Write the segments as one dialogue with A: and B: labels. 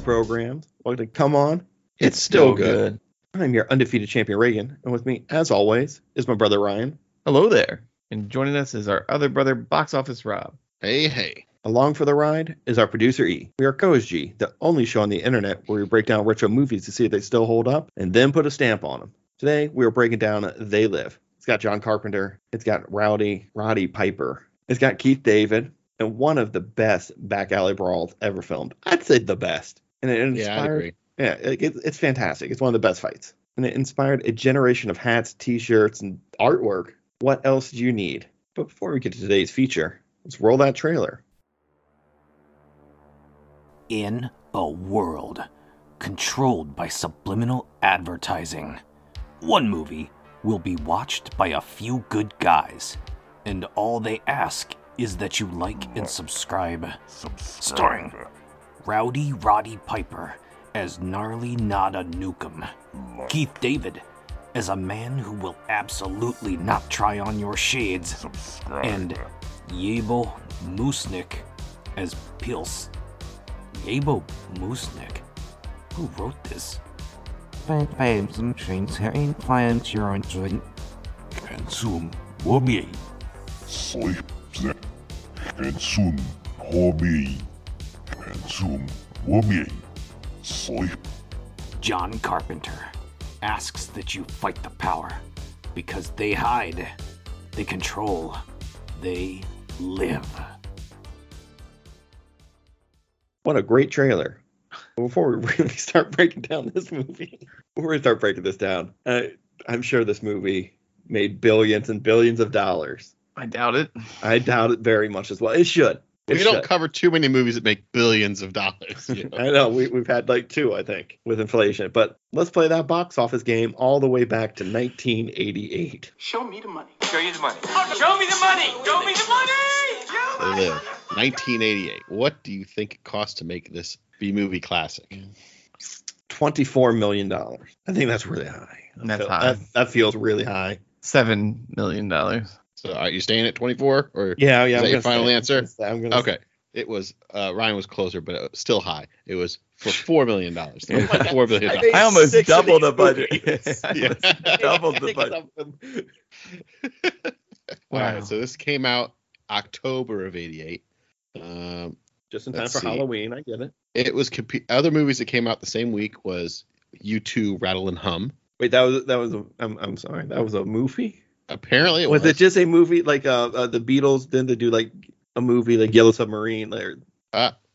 A: round, like to come on, it's still good. I'm your undefeated champion Reagan, and with me, as always, is my brother Ryan,
B: Hello there. And joining us is our other brother, Box Office Rob.
C: Hey, hey.
A: Along for the ride is our producer E. We are Co's G, the only show on the internet where we break down retro movies to see if they still hold up and then put a stamp on them. Today, we are breaking down They Live. It's got John Carpenter, it's got Rowdy Roddy Piper, it's got Keith David, and one of the best back alley brawls ever filmed. I'd say the best. And it inspired,
C: Yeah, I agree.
A: yeah, it, it- it's fantastic. It's one of the best fights. And it inspired a generation of hats, t shirts, and artwork. What else do you need? But before we get to today's feature, let's roll that trailer.
D: in a world controlled by subliminal advertising. One movie will be watched by a few good guys, and all they ask is that you like and subscribe. Starring Rowdy Roddy Piper as Gnarly Nada Nukem, Keith David as a man who will absolutely not try on your shades, and Yabel Moosnick as Pils. Yabo Moosnick? Who wrote this?
E: Babes and chains having plans you're enjoying.
D: And soon will be.
F: sleep sick, and soon hobby, and soon hobby, sleep
D: John Carpenter asks that you fight the power because they hide, they control, they live.
A: What a great trailer. Before we really start breaking down this movie, before we start breaking this down, uh, I'm sure this movie made billions and billions of dollars.
B: I doubt it.
A: I doubt it very much as well. It should. It
C: We don't
A: should.
C: cover too many movies that make billions of dollars. you know.
A: I know we, we've had like two, I think, with inflation. But let's play that box office game all the way back to 1988.
G: Show me the money. Show you the money. Show me the money. Show me the
C: They
G: money.
C: live. 1988. What do you think it cost to make this B movie classic?
A: 24 million dollars. I think that's really high.
B: That's
A: That-
B: high.
A: That, that feels really high.
B: Seven million dollars.
C: So are you staying at 24 or
A: Yeah, yeah.
C: Is that your
A: gonna
C: final
A: say-
C: answer?
A: I'm gonna say-
C: okay? It was uh, Ryan was closer, but it was still high. It was for four million dollars. Four billion dollars.
A: Made
B: I almost
A: six of
B: doubled
A: these
B: the budget.
A: movies.
B: I
C: Yeah.
B: almost doubled the
A: Six
B: budget.
A: of them.
C: All
B: Wow.
C: right. So this came out October of 88. Um,
A: Just in time
C: Let's
A: for
C: see.
A: Halloween. I get it.
C: it was comp- other movies that came out the same week was U2 Rattle and Hum.
A: Wait, that was that was a. I'm I'm sorry. That was a movie.
C: Apparently it
A: was it just a movie like uh, uh the Beatles? Then they do like a movie like Yellow Submarine. Like,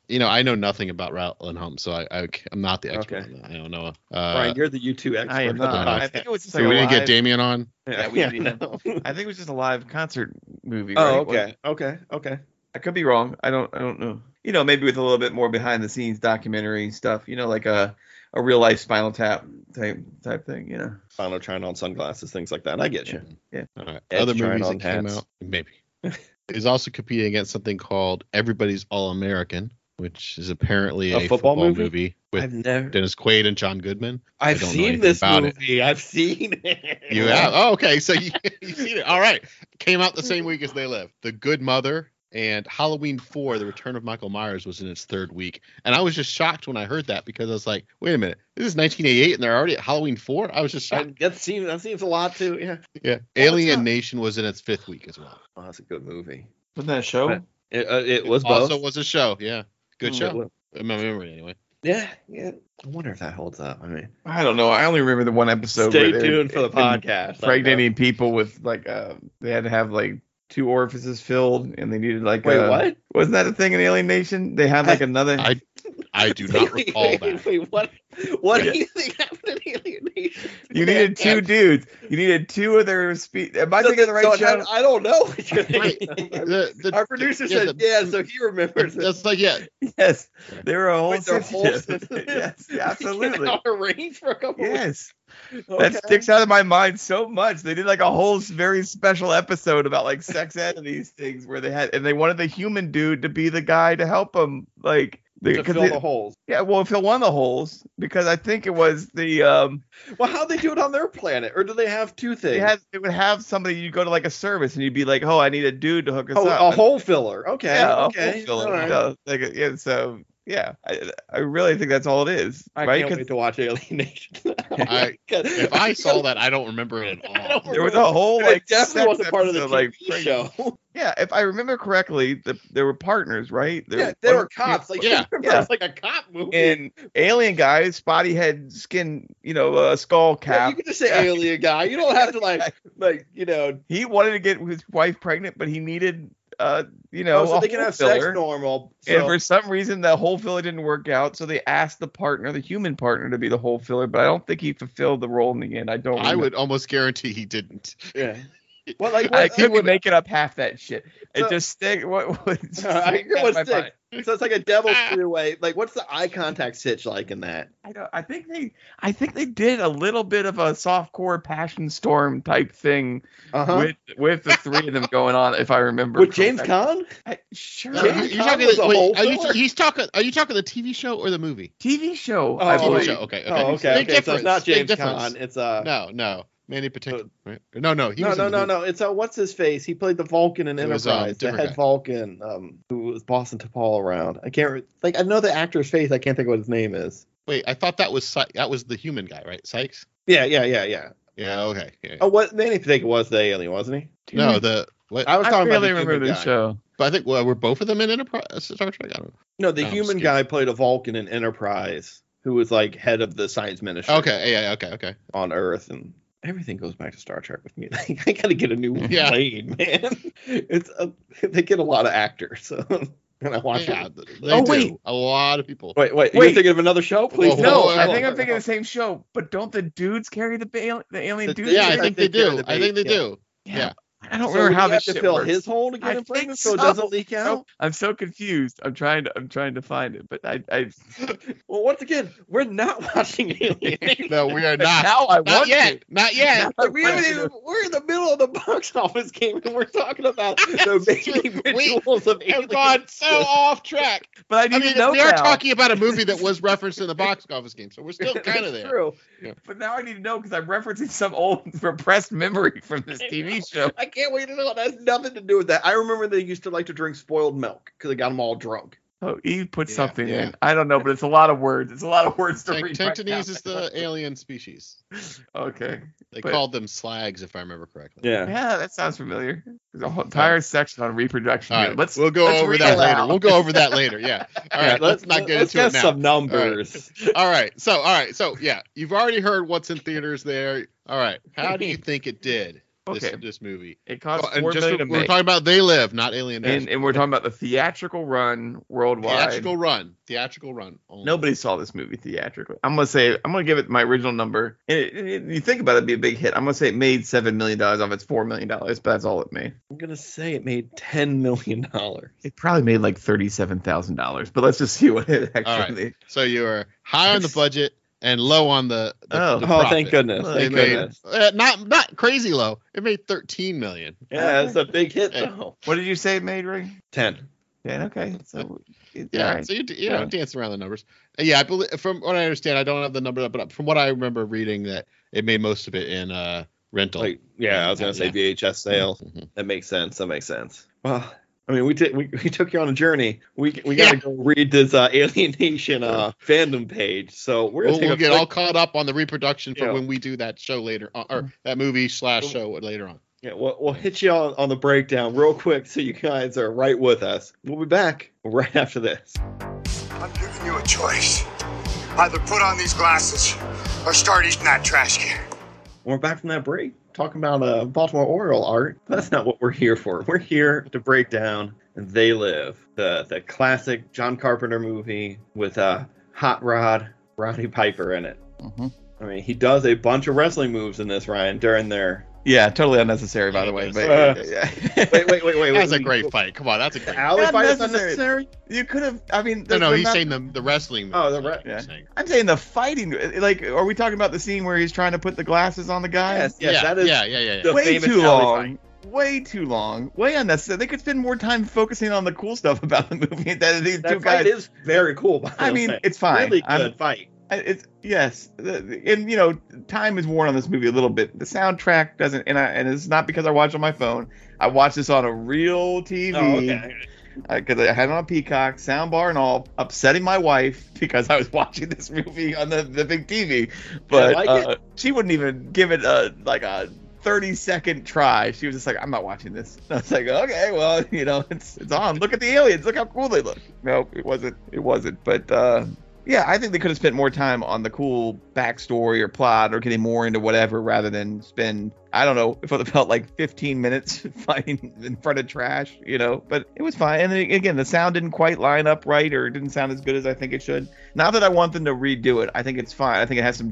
C: you know, I know nothing about Rattle and Hum, so I, I am not the expert.
A: Okay.
C: On that. I don't know. Uh,
A: Brian, you're the U2 expert.
B: I am
A: of the
B: not.
A: podcast.
B: I think it was just
C: so
B: like
C: we
B: a
C: didn't get
B: live-
C: Damien on.
A: Yeah,
B: that we
A: yeah,
B: did.
A: no.
B: I think it was just a live concert movie.
A: Oh,
B: right?
A: okay, okay, okay.
B: I could be wrong. I don't. I don't know. You know, maybe with a little bit more behind the scenes documentary stuff. You know, like a a real life Spinal Tap type type thing. You know.
A: Final trying on sunglasses, things like that. I get you.
C: All right.
A: Ed's
C: Other
A: trying
C: movies
A: on
C: that came
A: hats.
C: out, maybe. is also competing against something called Everybody's All American, which is apparently
A: A
C: a,
A: football
C: football,
A: movie?
C: movie?
A: I've
C: with
A: never.
C: Dennis Quaid and John Goodman.
A: I've
C: don't know
A: seen
C: anything
A: this
C: about it.
A: movie. I've seen it.
C: You have? Oh, okay. So you, you seen it. All right. Came out the same week as They Live. The Good Mother and Halloween 4, The Return of Michael Myers, was in its third week. And I was just shocked when I heard that because I was like, wait a minute. This is 1988 and they're already at Halloween 4? I was just shocked.
A: I, that seems that seems a lot too. Yeah.
C: yeah. Alien Nation was in its fifth week as well.
A: Oh, that's a good movie.
B: Wasn't that a show?
A: But- It, uh, it was both.
C: also was a show. Yeah. Good
A: Mm, it
C: show.
A: was-
C: In my memory, anyway.
A: Yeah, yeah. I wonder if that holds up. I mean,
B: I don't know. I only remember the one episode.
A: stay
B: where they-
A: tuned for the
B: they've been
A: podcast.
B: Pregnanting people with like uh, they had to have like two orifices filled, and they needed like
A: Wait,
B: a-
A: what?
B: Wasn't that a thing in Alien Nation? They had like another.
C: I I do not recall
A: wait,
C: that.
A: Wait, what? What
B: Yeah.
A: do you think happened in Alien Nation?
B: you needed two dudes. You needed two of their speed. Am I thinking of the right
A: So
B: show?
A: I, I don't know. what you're
C: Right.
A: thinking of.
C: The, the,
A: Our producer
C: yeah,
A: said, yeah, so he remembers it.
C: that's like yeah,
B: yes, they were a whole
A: Wait, they're whole
B: system.
A: systems?
B: yes,
A: We can't
B: absolutely.
A: have a range for a couple
B: Yes,
A: weeks.
B: that
A: Okay.
B: sticks out of my mind so much. They did like a whole s- very special episode about like sex ed and these things where they had and they wanted the human dude to be the guy to help them like they-
A: To
B: 'cause
A: fill
B: they-
A: the holes.
B: yeah well fill one of the holes because I think it was the um
A: Well, how they do it on their planet, or do they have two things?
B: they had they would have somebody you'd go to like a service and you'd be like oh I need a dude to hook us
A: oh,
B: up
A: a hole filler. Okay,
B: yeah, a hole
A: okay,
B: filler,
A: all right.
B: yeah, like, yeah so Yeah, I, I really think that's all it is,
A: I
B: right?
A: can't
B: 'Cause
A: wait to watch Alienation.
C: I- If I saw that, I don't remember it at all.
B: there was a whole
A: it
B: like
A: definitely
B: sex
A: wasn't part of the
B: episode,
A: like,
B: pregnant-
A: show.
B: Yeah, if I remember correctly, the, there were partners, right? There,
A: yeah, there
B: one-
A: were cops. Like,
C: Yeah.
A: yeah, it's like a cop movie.
B: and alien guy, spotty head, skin, you know, uh, skull
A: Yeah,
B: cap.
A: you can just say
B: Yeah.
A: alien guy. You don't have to like, like you know.
B: He wanted to get his wife pregnant, but he needed, uh, you know,
A: oh, so
B: a
A: they can
B: hole
A: have sex
B: filler.
A: normal.
B: And
A: so-
B: for some reason, the hole filler didn't work out, so they asked the partner, the human partner, to be the hole filler. But I don't think he fulfilled the role in the end. I don't.
C: I
B: remember.
C: would almost guarantee he didn't.
A: yeah. Well, like
B: I
A: what,
B: couldn't make it up half that shit. It
A: So-
B: just stick. What was?
A: I hear what's sick. so it's like a devil's
B: Ah.
A: freeway. Like, what's the eye contact stitch like in that?
B: I don't. I think they. I think they did a little bit of a softcore passion storm type thing
A: Uh huh.
B: with with the three of them going on. If I remember.
A: With James
B: correctly.
A: Caan?
B: I- Sure.
C: Are
A: James
C: you- you're
A: Caan
C: talking-
A: was a whole
C: wait, are you-
A: filler?
C: he's talking. Are you talking the TV show or the movie?
B: TV show.
A: Oh,
B: I
C: TV
B: believe.
C: show. Okay. Okay.
A: Oh, okay.
C: Big
A: okay. So
C: difference.
A: it's not
C: Big
A: James
C: difference.
A: Caan. It's uh.
C: No, no. Manny Patinkin. Right? No, no. He
A: no,
C: was in
A: no,
C: the
A: no,
C: movie.
A: no. It's uh, what's his face? He played the Vulcan in
C: It
A: Enterprise,
C: was, um,
A: the
C: different
A: head
C: guy.
A: Vulcan, um, who was bossing T'Pol around. I can't re- like I know the actor's face. I can't think of what his name is.
C: Wait, I thought that was Sy- that was the human guy, right? Sykes.
A: Yeah, yeah, yeah, yeah.
C: Yeah. Okay. yeah.
A: Oh, what? Manny Patinkin was the alien, wasn't he?
C: no, the what?
A: I was
B: I
A: talking
B: really
A: about the
B: remember
A: human
B: the
A: guy.
B: show.
C: but I think well, were both of them in Enterprise Star Trek. I don't
A: No, the
C: I'm
A: human
C: scared.
A: guy played a Vulcan in Enterprise, who was like head of the science ministry.
C: know. Okay. Yeah. yeah, Okay. Okay.
A: on Earth and everything goes back to Star Trek with me. Like, I gotta get a new
C: Yeah.
A: plane, man. It's a, they get a lot of actors, so and I watch
C: Yeah,
A: it.
C: th- they
A: Oh,
C: do.
A: wait.
C: A lot of people.
A: Wait, wait,
B: Wait.
A: you're thinking of another show? Please
C: Whoa,
B: No,
C: whoa,
B: I
C: whoa,
B: think I'm
C: whoa.
B: thinking the same show. But don't the dudes carry the ba- the alien
A: The-
B: dudes?
C: Yeah, I
A: I
C: think they
A: think they're
C: do.
A: the
C: I think they
A: base, yeah.
C: do. yeah.
B: I don't
A: So would
B: remember
A: he
B: how
A: have
B: this
A: to
B: shit
A: fill
B: works.
A: his hole to
B: I
A: get in
B: think
A: place so. it
B: so.
A: doesn't leak
B: So-
A: out.
B: I'm so confused. I'm trying to I'm trying to find it, but I, I
A: Well, once again, we're not watching Alien.
C: No, we are not.
B: now I
C: Not
B: want
C: yet.
B: to.
C: Not yet.
B: I
A: Like, we haven't
B: want
A: even,
B: to.
A: we're in the middle of the box office game and we're talking about the
C: That's
A: making
C: true. We
A: rituals of
C: I've
A: aliens.
C: gone so off track.
B: But I
C: I
B: need
C: mean,
B: to know
C: we are
B: now.
C: talking about a movie that was referenced in the box office game, so we're still kind of
A: That's
C: there.
A: True.
B: But now I need to know because I'm referencing some old repressed memory from this TV show.
A: I can't wait to know. That has nothing to do with that. I remember they used to like to drink spoiled milk because it got them all drunk.
B: Oh, he put
C: Yeah,
B: something
C: yeah.
B: in. I don't know, but it's a lot of words. It's a lot of words to
C: Tan-
B: read. right now.
C: Tantanese is the alien species.
B: Okay.
C: They
B: But-
C: called them slags, if I remember correctly.
B: Yeah, that sounds familiar. There's a whole entire section on reproduction.
C: All
B: here.
C: right,
B: Let's
C: we'll go
B: let's
C: over
B: read
C: that
B: aloud.
C: later. We'll go over that later. Yeah. All right. let's, not get into it now.
A: some numbers.
C: All right. So, all right. So, yeah, you've already heard what's in theaters there. All right. How do you think it did? This,
B: Okay.
C: this movie.
B: It costs
C: Oh, and
B: four
C: just
B: million
C: we're
B: to make.
C: talking about They Live, not Alien.
B: And,
C: Nation.
B: and we're talking about the theatrical run worldwide.
C: Theatrical run. Theatrical run. only.
B: Nobody saw this movie theatrically. I'm gonna say I'm gonna give it my original number. And it, it- you think about it, it'd be a big hit. I'm gonna say it made seven million dollars off its four million dollars, but that's all it made.
A: I'm gonna say it made ten million dollars.
B: It probably made like thirty-seven thousand dollars, but let's just see what it actually.
C: So you were high on the budget and low on the. the
B: Oh.
C: the
A: Oh, thank
C: profit.
A: goodness!
B: Look,
C: They
A: Thank
B: made-
C: made
A: goodness.
C: uh, not not crazy low. It made 13 million.
A: Yeah, it's a big hit though.
B: What did you say it made, Ray?
A: Uh, Ten.
B: Yeah, okay. So it-
C: Yeah,
B: all right.
C: so you d- you know
B: Yeah.
C: dancing around the numbers. Uh, Yeah, I believe from what I understand, I don't have the number up, but from what I remember reading, that it made most of it in uh rental.
A: Like, yeah, I was gonna say
C: Yeah.
A: VHS sales.
C: Mhm.
A: That makes sense. That makes sense. Well, I mean, we took we, we took you on a journey. We we gotta go read this uh, Alien Nation uh, fandom page. So we're gonna
C: We'll,
A: take
C: we'll
A: a
C: get
A: quick-
C: all caught up on the reproduction for
A: Yeah.
C: when we do that show later on, or that movie slash show later on.
A: Yeah, we'll, we'll hit you on, on the breakdown real quick so you guys are right with us. We'll be back right after this.
H: I'm giving you a choice. Either put on these glasses or start eating that trash can.
A: When we're back from that break talking about uh, Baltimore Oriole art. That's not what we're here for. We're here to break down They Live, the, the classic John Carpenter movie with uh, Hot Rod Roddy Piper in it.
C: Mm-hmm.
B: Mhm.
A: I mean, he does a bunch of wrestling moves in this, Ryan, during their.
B: Yeah, totally unnecessary, by the way. But
A: Uh,
B: yeah.
A: Wait, wait, wait, wait.
C: That's
A: wait,
C: a great fight. Come on, that's a great.
A: The alley
B: Not
A: fight is
B: necessary.
A: unnecessary?
B: you could have. I mean,
C: no,
B: there's
C: no,
B: been
C: he's
B: not-
C: saying the the wrestling.
A: Oh, the
C: moves,
A: re-
C: I'm
B: yeah.
C: saying.
B: I'm saying the fighting. Like, are we talking about the scene where he's trying to put the glasses on the guy?
A: Yes, yes,
C: Yeah,
A: that is.
C: yeah, yeah, yeah, yeah.
A: the
B: way
A: famous
B: too
A: alley
B: long. Way too long. Way unnecessary. They could spend more time focusing on the cool stuff about the movie than these
A: That
B: two
A: fight
B: guys.
A: is very cool. By
B: I
A: the
B: mean,
A: way.
B: it's fine.
A: Really good
B: I'm-
A: fight.
B: I- it's yes, The- the- and you know, time is worn on this movie a little bit. The soundtrack
A: Oh,
B: doesn't, and I, and it's not because I watch on my phone. I watch this on a real TV. because Uh, I had it on Peacock, soundbar and all, upsetting my wife because I was watching this movie on the, the big TV. But
A: like
B: uh, she wouldn't even give it a like a 30 second try. She was just like, "I'm not watching this." And I was like, "Okay, well, you know, it's it's on. Look at the aliens. Look how cool they look." No, it wasn't. It wasn't. But uh, yeah, I think they could have spent more time on the cool backstory or plot or getting more into whatever rather than spend, I don't know, if it felt like 15 minutes fighting in front of trash, you know, but it was fine. And then again, the sound didn't quite line up right or it didn't sound as good as I think it should. Not that I want them to redo it. I think it's fine. I think it has some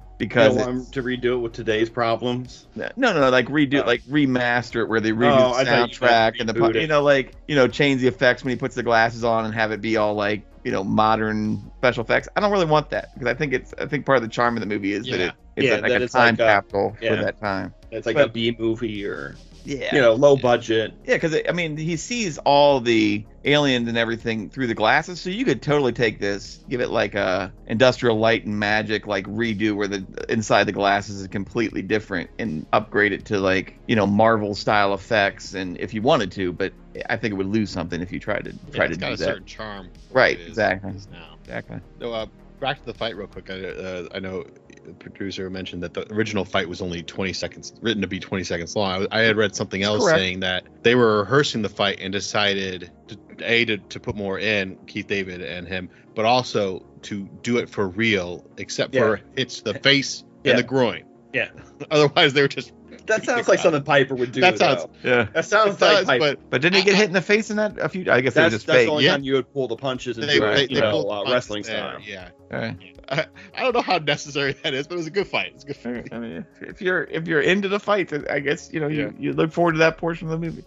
A: You
B: because
A: don't want 'em to redo it with today's problems.
B: no, no, no, like redo,
A: Oh.
B: like remaster it where they redo
A: Oh, I
B: the
A: thought you meant
B: soundtrack and the, pu-
A: reboot it.
B: you know, like you know, change the effects when he puts the glasses on and have it be all like you know modern special effects. I don't really want that because I think it's, I think part of the charm of the movie is that
C: Yeah.
B: it, it's
A: Yeah,
B: like
A: that
B: a
A: it's like
B: time
A: a-
B: capital
A: yeah.
B: for that time.
A: It's like a
B: But-
A: B movie or
B: Yeah,
A: you know low budget.
B: yeah, because I mean, he sees all the aliens and everything through the glasses, so you could totally take this, give it like a industrial light and magic like redo where the inside the glasses is completely different, and upgrade it to like you know Marvel style effects, and if you wanted to, but I think it would lose something if you tried to try
C: Yeah,
B: to
C: it's got
B: do
C: a
B: that.
C: certain charm. for what
B: Right,
C: it is-
B: exactly.
C: is now.
B: Exactly.
C: No, uh, back to the fight real quick. I, uh, I know the producer mentioned that the original fight was only 20 seconds, written to be 20 seconds long. I, I had read something else
B: Correct.
C: saying that they were rehearsing the fight and decided to, a to, to put more in Keith David and him, but also to do it for real, except for hits to the face
A: Yeah.
C: and the groin.
A: Yeah.
C: Otherwise, they were just
A: That sounds like something Piper would do.
C: That sounds-
A: though.
B: Yeah.
A: That sounds like
C: does,
A: Piper.
C: but
B: But didn't he get hit in the face in that? A few. I guess
A: that's
B: it was just
A: that's
B: fake.
A: the only
C: Yeah.
A: time you would pull the punches and
C: they,
A: do it,
C: they,
A: you
C: they
A: know,
C: pulled the
A: uh,
C: punches
A: wrestling
C: there,
A: style.
C: Yeah.
B: All right.
C: I, I don't know how necessary that is, but it was a good fight. It's a good fight.
B: I mean, if- if you're if you're into the fight, then I guess you know
C: Yeah.
B: you, you look forward to that portion of the movie.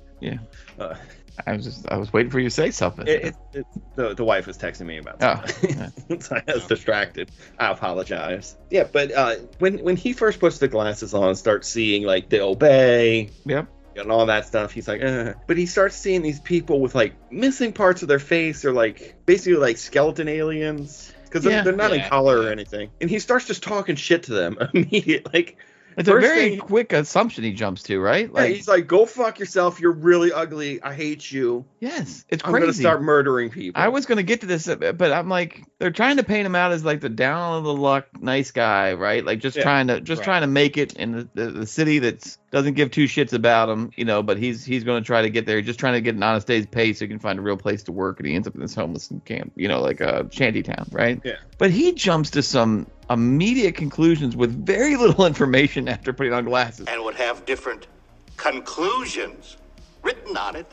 A: Uh,
B: I was just I was waiting for you to say something.
A: it, it, it, the, the wife was texting me about
B: Oh,
A: that. so I was distracted. I apologize. Yeah, but uh, when when he first puts the glasses on, starts seeing like the obey.
B: Yep.
A: And all that stuff. He's like, Ugh. but he starts seeing these people with like missing parts of their face, or like basically like skeleton aliens, because they're,
B: Yeah.
A: they're not in
C: Yeah.
A: color or anything. And he starts just talking shit to them immediately. Like,
B: It's a
A: First
B: very
A: thing-
B: quick assumption he jumps to, right?
A: Yeah,
B: Like,
A: he's like, go fuck yourself. You're really ugly. I hate you.
B: yes, it's
A: I'm gonna
B: crazy.
A: start murdering people.
B: I was gonna get to this, uh, but I'm like, they're trying to paint him out as like the down on the luck nice guy, right? Like just
A: Yeah,
B: trying to just
C: right.
B: trying to make it in the, the, the city that doesn't give two shits about him, you know. But he's he's gonna try to get there, just trying to get an honest day's pay so he can find a real place to work, and he ends up in this homeless camp, you know, like a shanty town, right?
A: Yeah.
B: But he jumps to some immediate conclusions with very little information after putting on glasses.
I: and would have different conclusions written on it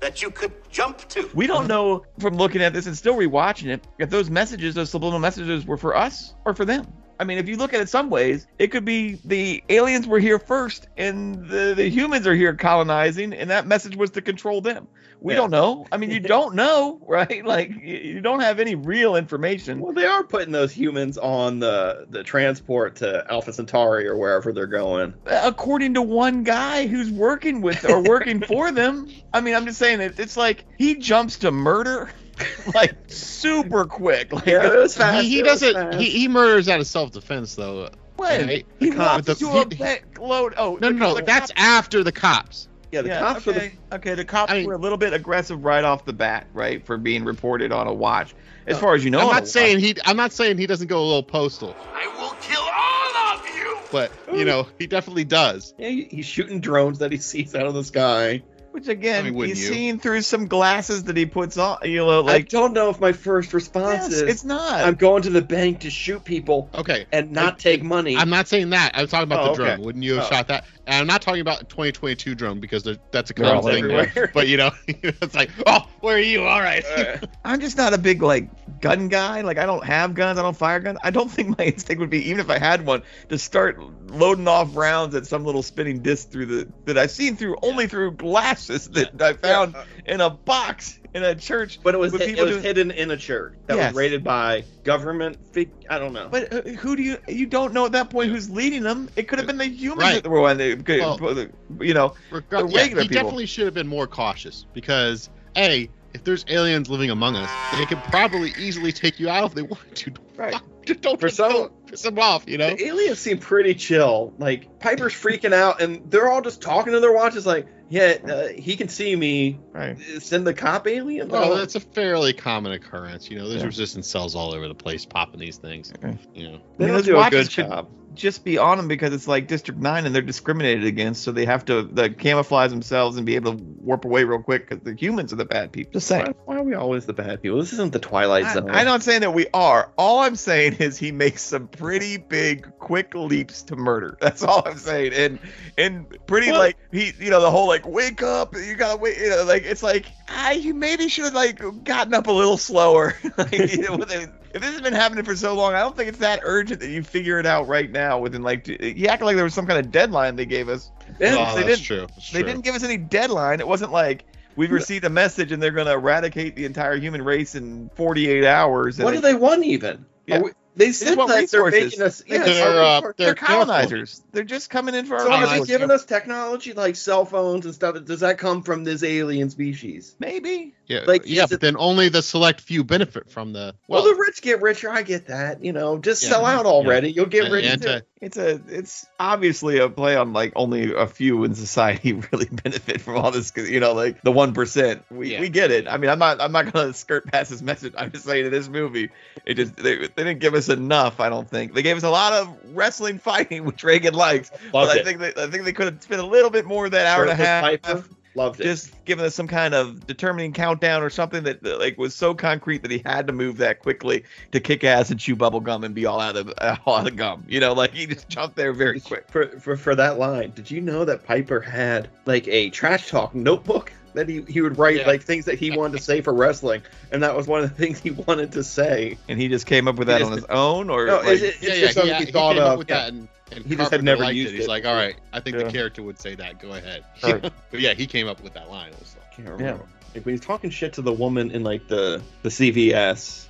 I: that you could jump to.
B: We don't know from looking at this and still rewatching it if those messages, those subliminal messages, were for us or for them. I mean, if you look at it some ways, it could be the aliens were here first and the, the humans are here colonizing, and that message was to control them. We
A: Yeah.
B: don't know. I mean, you don't know, right? Like, you, you don't have any real information.
A: Well, they are putting those humans on the the transport to Alpha Centauri or wherever they're going.
B: according to one guy who's working with or working for them. I mean, I'm just saying that it's like he jumps to murder like super quick. Like
A: Yeah, it was fast.
C: He, he
A: it was
C: doesn't.
A: fast.
C: He, he murders out of self defense, though.
B: when
C: Right?
B: he
C: The cop-
B: walks
C: the-
B: to a
C: he-
B: backload. Oh
C: No,
B: the-
C: no, no.
B: the
C: That's
B: cops-
C: after the cops.
A: yeah, the
B: yeah,
A: cops are the
B: okay, okay. The cops
C: I mean-
B: were a little bit aggressive right off the bat, right, for being reported on a watch. As far as you know,
C: I'm
B: on a
C: not
B: watch.
C: saying he. I'm not saying he doesn't go a little postal,
I: I will kill all of you!
C: but you know he definitely does.
A: yeah, he- he's shooting drones that he sees out of the sky.
B: which again,
C: I mean, wouldn't
B: he's
C: you?
B: seen through some glasses that he puts on. You know,
A: Like, I
B: like
A: don't know if my first response
B: yes,
A: is
B: it's not.
A: I'm going to the bank to shoot people
C: Okay.
A: and not take money.
C: I'm not saying that. I'm talking about
A: Oh,
C: the drum.
A: okay.
C: Wouldn't you have
A: Oh.
C: shot that? And I'm not talking about 2022 drum because there- that's a
B: They're
C: common
B: all
C: thing.
B: everywhere.
C: But you know, it's like, oh, where are you? All right.
A: Uh,
B: I'm just not a big like gun guy. Like I don't have guns. I don't fire guns. I don't think my instinct would be, even if I had one, to start loading off rounds at some little spinning disc through the that I've seen through only through glasses that I found
A: yeah, uh,
B: in a box in a church.
A: but it was
B: with
A: hid- it
B: people
A: was
B: doing-
A: hidden in a church that
B: Yes.
A: was raided by government. Fig- I don't know.
B: But uh, who do you you don't know at that point who's leading them? It
A: Uh,
B: could have been the humans
C: Right.
B: that were one. They could,
C: Well-
B: you know, The
C: Regar- yeah,
B: regular
C: he
B: people.
C: definitely should have been more cautious because a if there's aliens living among us, they could probably easily take you out if they wanted to.
A: Right.
C: Just don't
A: For
C: piss
A: some-
C: them- piss them off, you know.
A: The aliens seem pretty chill. Like Piper's freaking out, and they're all just talking to their watches, like, Yeah, uh, he can see me.
B: Right.
A: Send the cop alien.
C: Well,
A: Oh,
C: that's a fairly common occurrence. You know, there's
B: Yeah.
C: resistance cells all over the place popping these things.
B: Okay.
C: You know,
A: they
B: I mean,
A: don't
B: those
A: do a
B: watches
A: good
B: should
A: job.
B: just be on them because it's like District Nine and they're discriminated against, so they have to like, camouflage themselves and be able to warp away real quick because the humans are the bad people. Just saying.
A: Why, why are we always the bad people? This isn't the Twilight
B: I,
A: Zone.
B: I'm not saying that we are. All I'm saying is he makes some pretty big, quick leaps to murder. That's all I'm saying. And and pretty
A: Well-
B: like he, you know, the whole like wake up, you gotta wait. You know, like it's like ah, you maybe should have like gotten up a little slower. like, you know, with it- if this has been happening for so long, I don't think it's that urgent that you figure it out right now. Within like, t- you act like there was some kind of deadline they gave us. They didn't-
A: Um,
C: Oh,
B: they
C: that's
B: didn't.
C: true. That's
B: They
C: true.
B: didn't give us any deadline. It wasn't like we've received a message and they're going to eradicate the entire human race in 48 hours. and
A: what do they want even?
B: Yeah.
A: Are we- they said
B: want
A: that they're
B: resources.
A: making us.
B: They
A: Yeah,
B: just-
A: so
C: They're, uh,
B: They're,
C: they're
B: colonizers. They're just coming in for our
A: so are
C: I
A: they
C: like you.
B: resources.
A: giving us technology like cell phones and stuff? Does that come from this alien species?
B: Maybe.
C: Yeah,
A: like,
C: yeah,
A: is
C: but
A: it-
C: then only the select few benefit from the
A: Well,
C: well,
A: the rich get richer. I get that. You know, just
C: Yeah.
A: sell out already. You'll get
C: an-
A: rich.
C: anti-
A: too.
B: It's a. It's obviously a play on like only a few in society really benefit from all this. 'cause, you know, like the one percent. We
C: Yeah.
B: we get it. I mean, I'm not. I'm not gonna skirt past this message. I'm just saying in this movie, it just they, they didn't give us enough. I don't think they gave us a lot of wrestling fighting, which Reagan likes. But I think they, I think they could have spent a little bit more of that hour and a
A: Berkeley
B: half.
A: Piper, loved it.
B: just giving us some kind of determining countdown or something that, that, like was so concrete that he had to move that quickly to kick ass and chew bubble gum and be all out of uh, all out of gum. You know, like he just jumped there very quick.
A: For, for for that line, did you know that Piper had like a trash talk notebook that he, he would write
C: Yeah.
A: like things that he wanted to say for wrestling, and that was one of the things he wanted to say.
B: And he just came up with that on his own, or
A: No,
B: like,
A: is it, it's
C: yeah, yeah,
A: just something
C: yeah,
A: he
C: he
A: thought
C: came up
A: of.
C: with that, and, and
A: He just had
C: Carpenter
A: never
C: liked
A: used
C: it. He's
A: it.
C: like, all right, I think
B: Yeah.
C: the character would say that. Go ahead.
B: Sure.
C: but yeah, he came up with that line. Also.
A: I can't remember. Like, when he's talking shit to the woman in like the the CVS,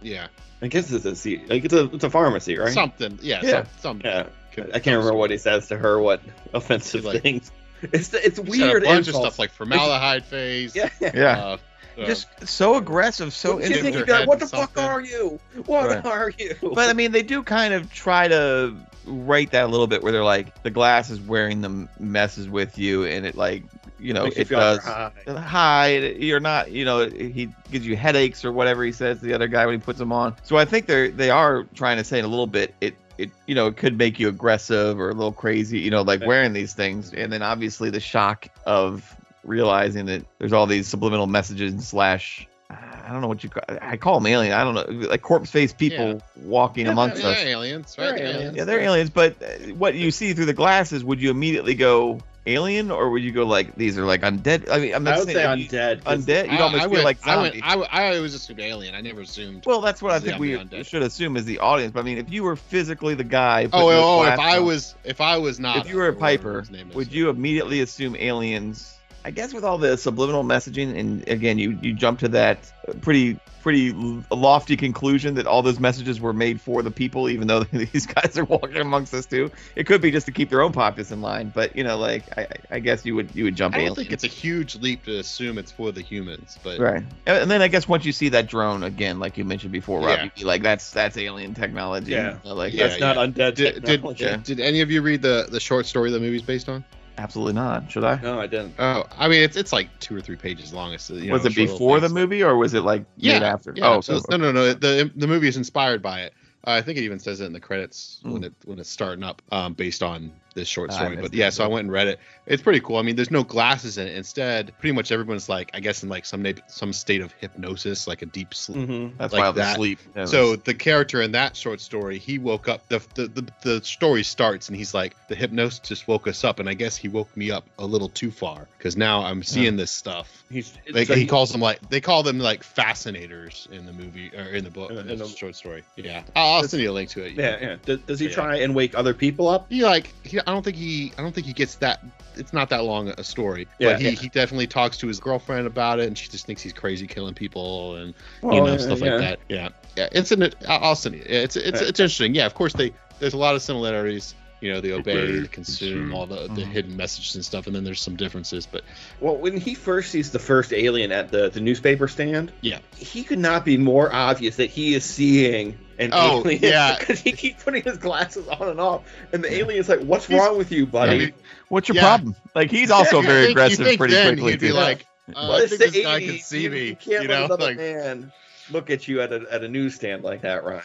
C: Yeah,
A: I guess it's a C, like it's a it's a pharmacy, right?
C: something. Yeah,
B: Yeah.
C: yeah. Some,
A: yeah,
C: could-
A: I can't remember what he says to her. What offensive
C: He's like-
A: things? It's it's
C: He's had
A: weird.
C: A bunch
A: insults.
C: of stuff like formaldehyde phase.
A: yeah.
B: yeah,
C: Uh, uh,
B: just so aggressive, so
A: Wouldn't you
C: in
A: think
C: their
A: he'd
B: instant.
A: be like,
C: head
A: what the
C: or
A: fuck
C: something."
A: are you? What
B: Right.
A: are you?
B: But I mean, they do kind of try to write that a little bit where they're like, the glass is wearing them messes with you, and it like, you know,
A: Makes you
B: it
A: feel like "Ah,
B: does.
A: you're high.
B: hi you're not you know he gives you headaches or whatever he says to the other guy when he puts them on so i think they're they are trying to say in a little bit it it you know it could make you aggressive or a little crazy you know like wearing these things and then obviously the shock of realizing that there's all these subliminal messages and slash i don't know what you call i call them alien i don't know like corpse face people walking
C: yeah,
B: amongst
C: yeah,
B: us
C: aliens, right?
A: They're
C: Yeah.
A: aliens.
B: yeah, they're aliens, but uh, what you see through the glasses, would you immediately go alien, or would you go like these are like undead? I mean, I'm not
A: I would
B: saying
A: say
B: you-
A: undead. 'cause
B: undead. You'd
C: I-
B: almost
C: I
B: feel
C: went-
B: like
C: I went-
B: zombie.
C: I w- I always assumed alien. I never assumed.
B: well, that's what I think
C: Zombie
B: we
C: undead.
B: should assume is the audience. But I mean, if you were physically the guy, putting
C: oh,
B: the
C: oh, if
B: glass
C: I
B: on,
C: was, if I was not,
B: if you were a Piper, would you immediately assume aliens? I guess with all the subliminal messaging, and again, you you jump to that pretty pretty lofty conclusion that all those messages were made for the people, even though these guys are walking amongst us too. It could be just to keep their own populace in line, but you know, like I, I- I guess you would you would jump
C: I
B: alien.
C: don't think it's a huge leap to assume it's for the humans, but
B: Right, and and then I guess once you see that drone again, like you mentioned before, Rob,
C: Yeah.
B: you'd be like, "That's that's alien technology."
A: Yeah.
B: You know, like
C: Yeah,
A: That's not undead
C: did did,
A: technology.
B: yeah.
C: did any of you read the the short story the movie's based on?
B: absolutely not. Should I?
A: No, I didn't.
C: Oh, I mean it's it's like two or three pages long. It's, you know,
B: was it
C: short little
B: before the
C: things.
B: movie or was it like
C: Yeah,
B: made after?
C: Yeah,
B: oh,
C: so,
B: so,
C: no, no, no. The the movie is inspired by it. Uh, I think it even says it in the credits when it when it's starting up, um, based on this short
B: Hmm. Ah, I
C: story.
B: missed
C: But
B: that.
C: yeah, so I went and read it. It's pretty cool. I mean, there's no glasses in it. Instead, pretty much everyone's like, I guess, in like some na- some state of hypnosis, like a deep sleep.
A: Mm-hmm.
B: that's
C: like
B: why I was
C: that.
B: asleep. Yeah,
C: So the character in that short story, he woke up. The, the the the story starts, and he's like, the hypnosis just woke us up, and I guess he woke me up a little too far because now I'm seeing this stuff.
A: He's
C: They,
A: so
C: he calls them like they call them like fascinators in the movie or in the book,
A: In
C: in
A: the-
C: the,
A: in the-
C: short story. Yeah, I'll, I'll
A: Does-
C: send you a link to it.
A: Yeah, yeah. Does, does he
C: Yeah.
A: try and wake other people up?
C: He like he, I don't think he I don't think he gets that. It's not that long a story.
A: Yeah,
C: but he,
A: yeah.
C: he definitely talks to his girlfriend about it, and she just thinks he's crazy, killing people, and you
A: Well,
C: know
A: yeah,
C: stuff
A: yeah.
C: like that. Yeah, yeah. It's an I- I'll send you. It's it's
A: Right.
C: it's interesting. Yeah, of course they. There's a lot of similarities. You know, the obey,
F: Obey,
C: the consume,
F: consume.
C: all the, the hidden messages and stuff, and then there's some differences. But
A: Well, when he first sees the first alien at the, the newspaper stand,
C: Yeah.
A: he could not be more obvious that he is seeing an
C: Oh,
A: alien.
C: yeah.
A: because he keeps putting his glasses on and off, and the alien's like, "What's wrong with you, buddy?"
C: I mean,
B: What's your
C: Yeah.
B: problem? Like he's also
C: you
B: very
C: think- you
B: aggressive
C: think
B: pretty
C: then
B: quickly
C: He'd be
B: too.
C: like,
A: Well,
C: uh, I
A: it's
C: think
A: the
C: this guy can
A: 80s.
C: see
A: You-
C: me.
A: You can't let
C: know,
A: another
C: like
A: man look at you at a, at a newsstand like that, Ryan.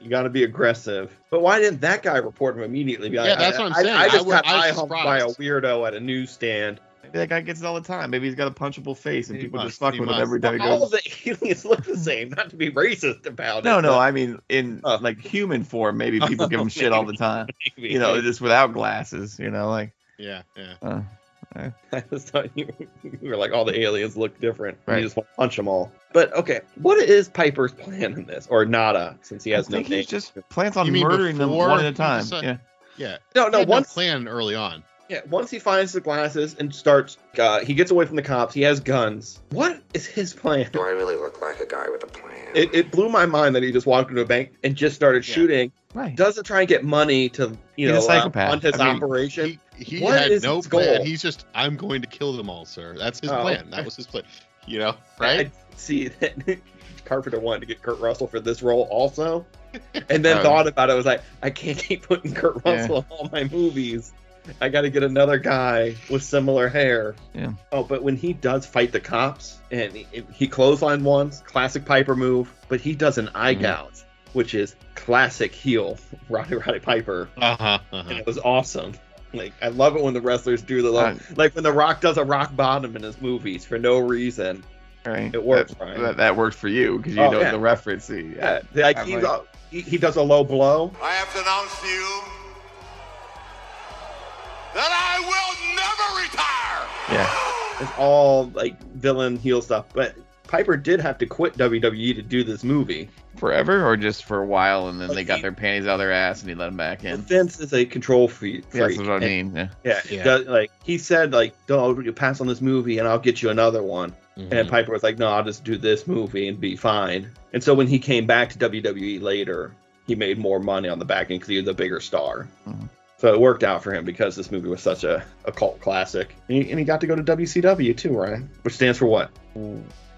A: You got to be aggressive. But why didn't that guy report him immediately? Be like,
C: Yeah, that's
A: I,
C: what I'm
A: I-
C: saying.
A: I,
C: I
A: just
C: would-
A: got
C: I was
A: eye humped by a
C: surprised.
A: weirdo at a newsstand.
B: Maybe that guy gets it all the time. Maybe he's got a punchable face and
C: He
B: people
C: must,
B: just fuck
C: he
B: with him
C: must.
B: every time he
A: All
B: goes.
A: of the aliens look the same. Not to be racist about
B: No,
A: it.
B: no,
A: but
B: I mean in
A: Oh.
B: like human form, maybe people give him shit all the time.
A: maybe.
B: You know, just without glasses, you know, like
C: yeah, yeah.
B: uh,
A: I just thought you were, you were like all the aliens look different.
B: Right.
A: You just want to punch them all. But okay, what is Piper's plan in this, or Nada, since he
B: I
A: has no
B: think he
A: name?
B: just plans on
C: You mean
B: murdering them
C: before
B: one at a
C: he
B: time.
C: decide-
B: yeah.
C: Yeah,
A: no,
C: no,
A: no.
C: one
A: Once
C: plan early on.
A: Yeah, once he finds the glasses and starts, uh, he gets away from the cops. He has guns. What is his plan?
H: Do I really look like a guy with a plan?
A: It, it blew my mind that he just walked into a bank and just started
C: Yeah.
A: shooting.
B: Right.
A: Doesn't try and get money to, you
B: He's a
A: know, uh,
B: psychopath.
A: fund his
B: I mean,
A: operation.
C: He, he
A: What
C: had
A: is
C: no
A: his
C: plan.
A: goal?
C: He's just, I'm going to kill them all, sir. That's his
A: Oh,
C: plan. That
A: okay.
C: was his plan. You know,
A: I
C: right?
A: didn't see that Carpenter wanted to get Kurt Russell for this role also, and then
B: Oh.
A: thought about it. Was like, I can't keep putting Kurt
B: Yeah.
A: Russell in all my movies. I got to get another guy with similar hair.
B: Yeah.
A: Oh, but when he does fight the cops, and he, he clothesline once, classic Piper move, but he does an eye
B: Mhm.
A: gouge, which is classic heel Roddy Roddy Piper,
C: Uh huh. Uh
A: and
C: huh.
A: it was awesome. Like I love it when the wrestlers do the
B: Uh,
A: like when the Rock does a rock bottom in his movies for no reason.
B: right.
A: It works,
B: That,
A: right?
B: that, that works for you because you
A: Oh,
B: know
A: yeah.
B: the reference. See,
A: Yeah, like
B: I'm
A: he's
B: like-
A: a- he, he does a low blow.
I: I have to announce to you that I will never retire.
B: yeah.
A: It's all like villain heel stuff. But Piper did have to quit WWE to do this movie.
B: Forever or just for a while, and then
A: Like
B: they got
A: he-
B: their panties out of their ass and he let them back in.
A: Vince is a control freak.
B: Yeah, that's
A: freak.
B: what I
A: And-
B: mean. Yeah.
A: yeah,
C: Yeah.
A: does- like he said, like, "Don't you pass on this movie, and I'll get you another one."
C: Mm-hmm.
A: And Piper was like, "No, I'll just do this movie and be fine." And so when he came back to WWE later, he made more money on the back end because he was a bigger star.
B: Mhm.
A: So it worked out for him because this movie was such a, a cult classic, and he, and he got to go to WCW too, Ryan, which stands for what?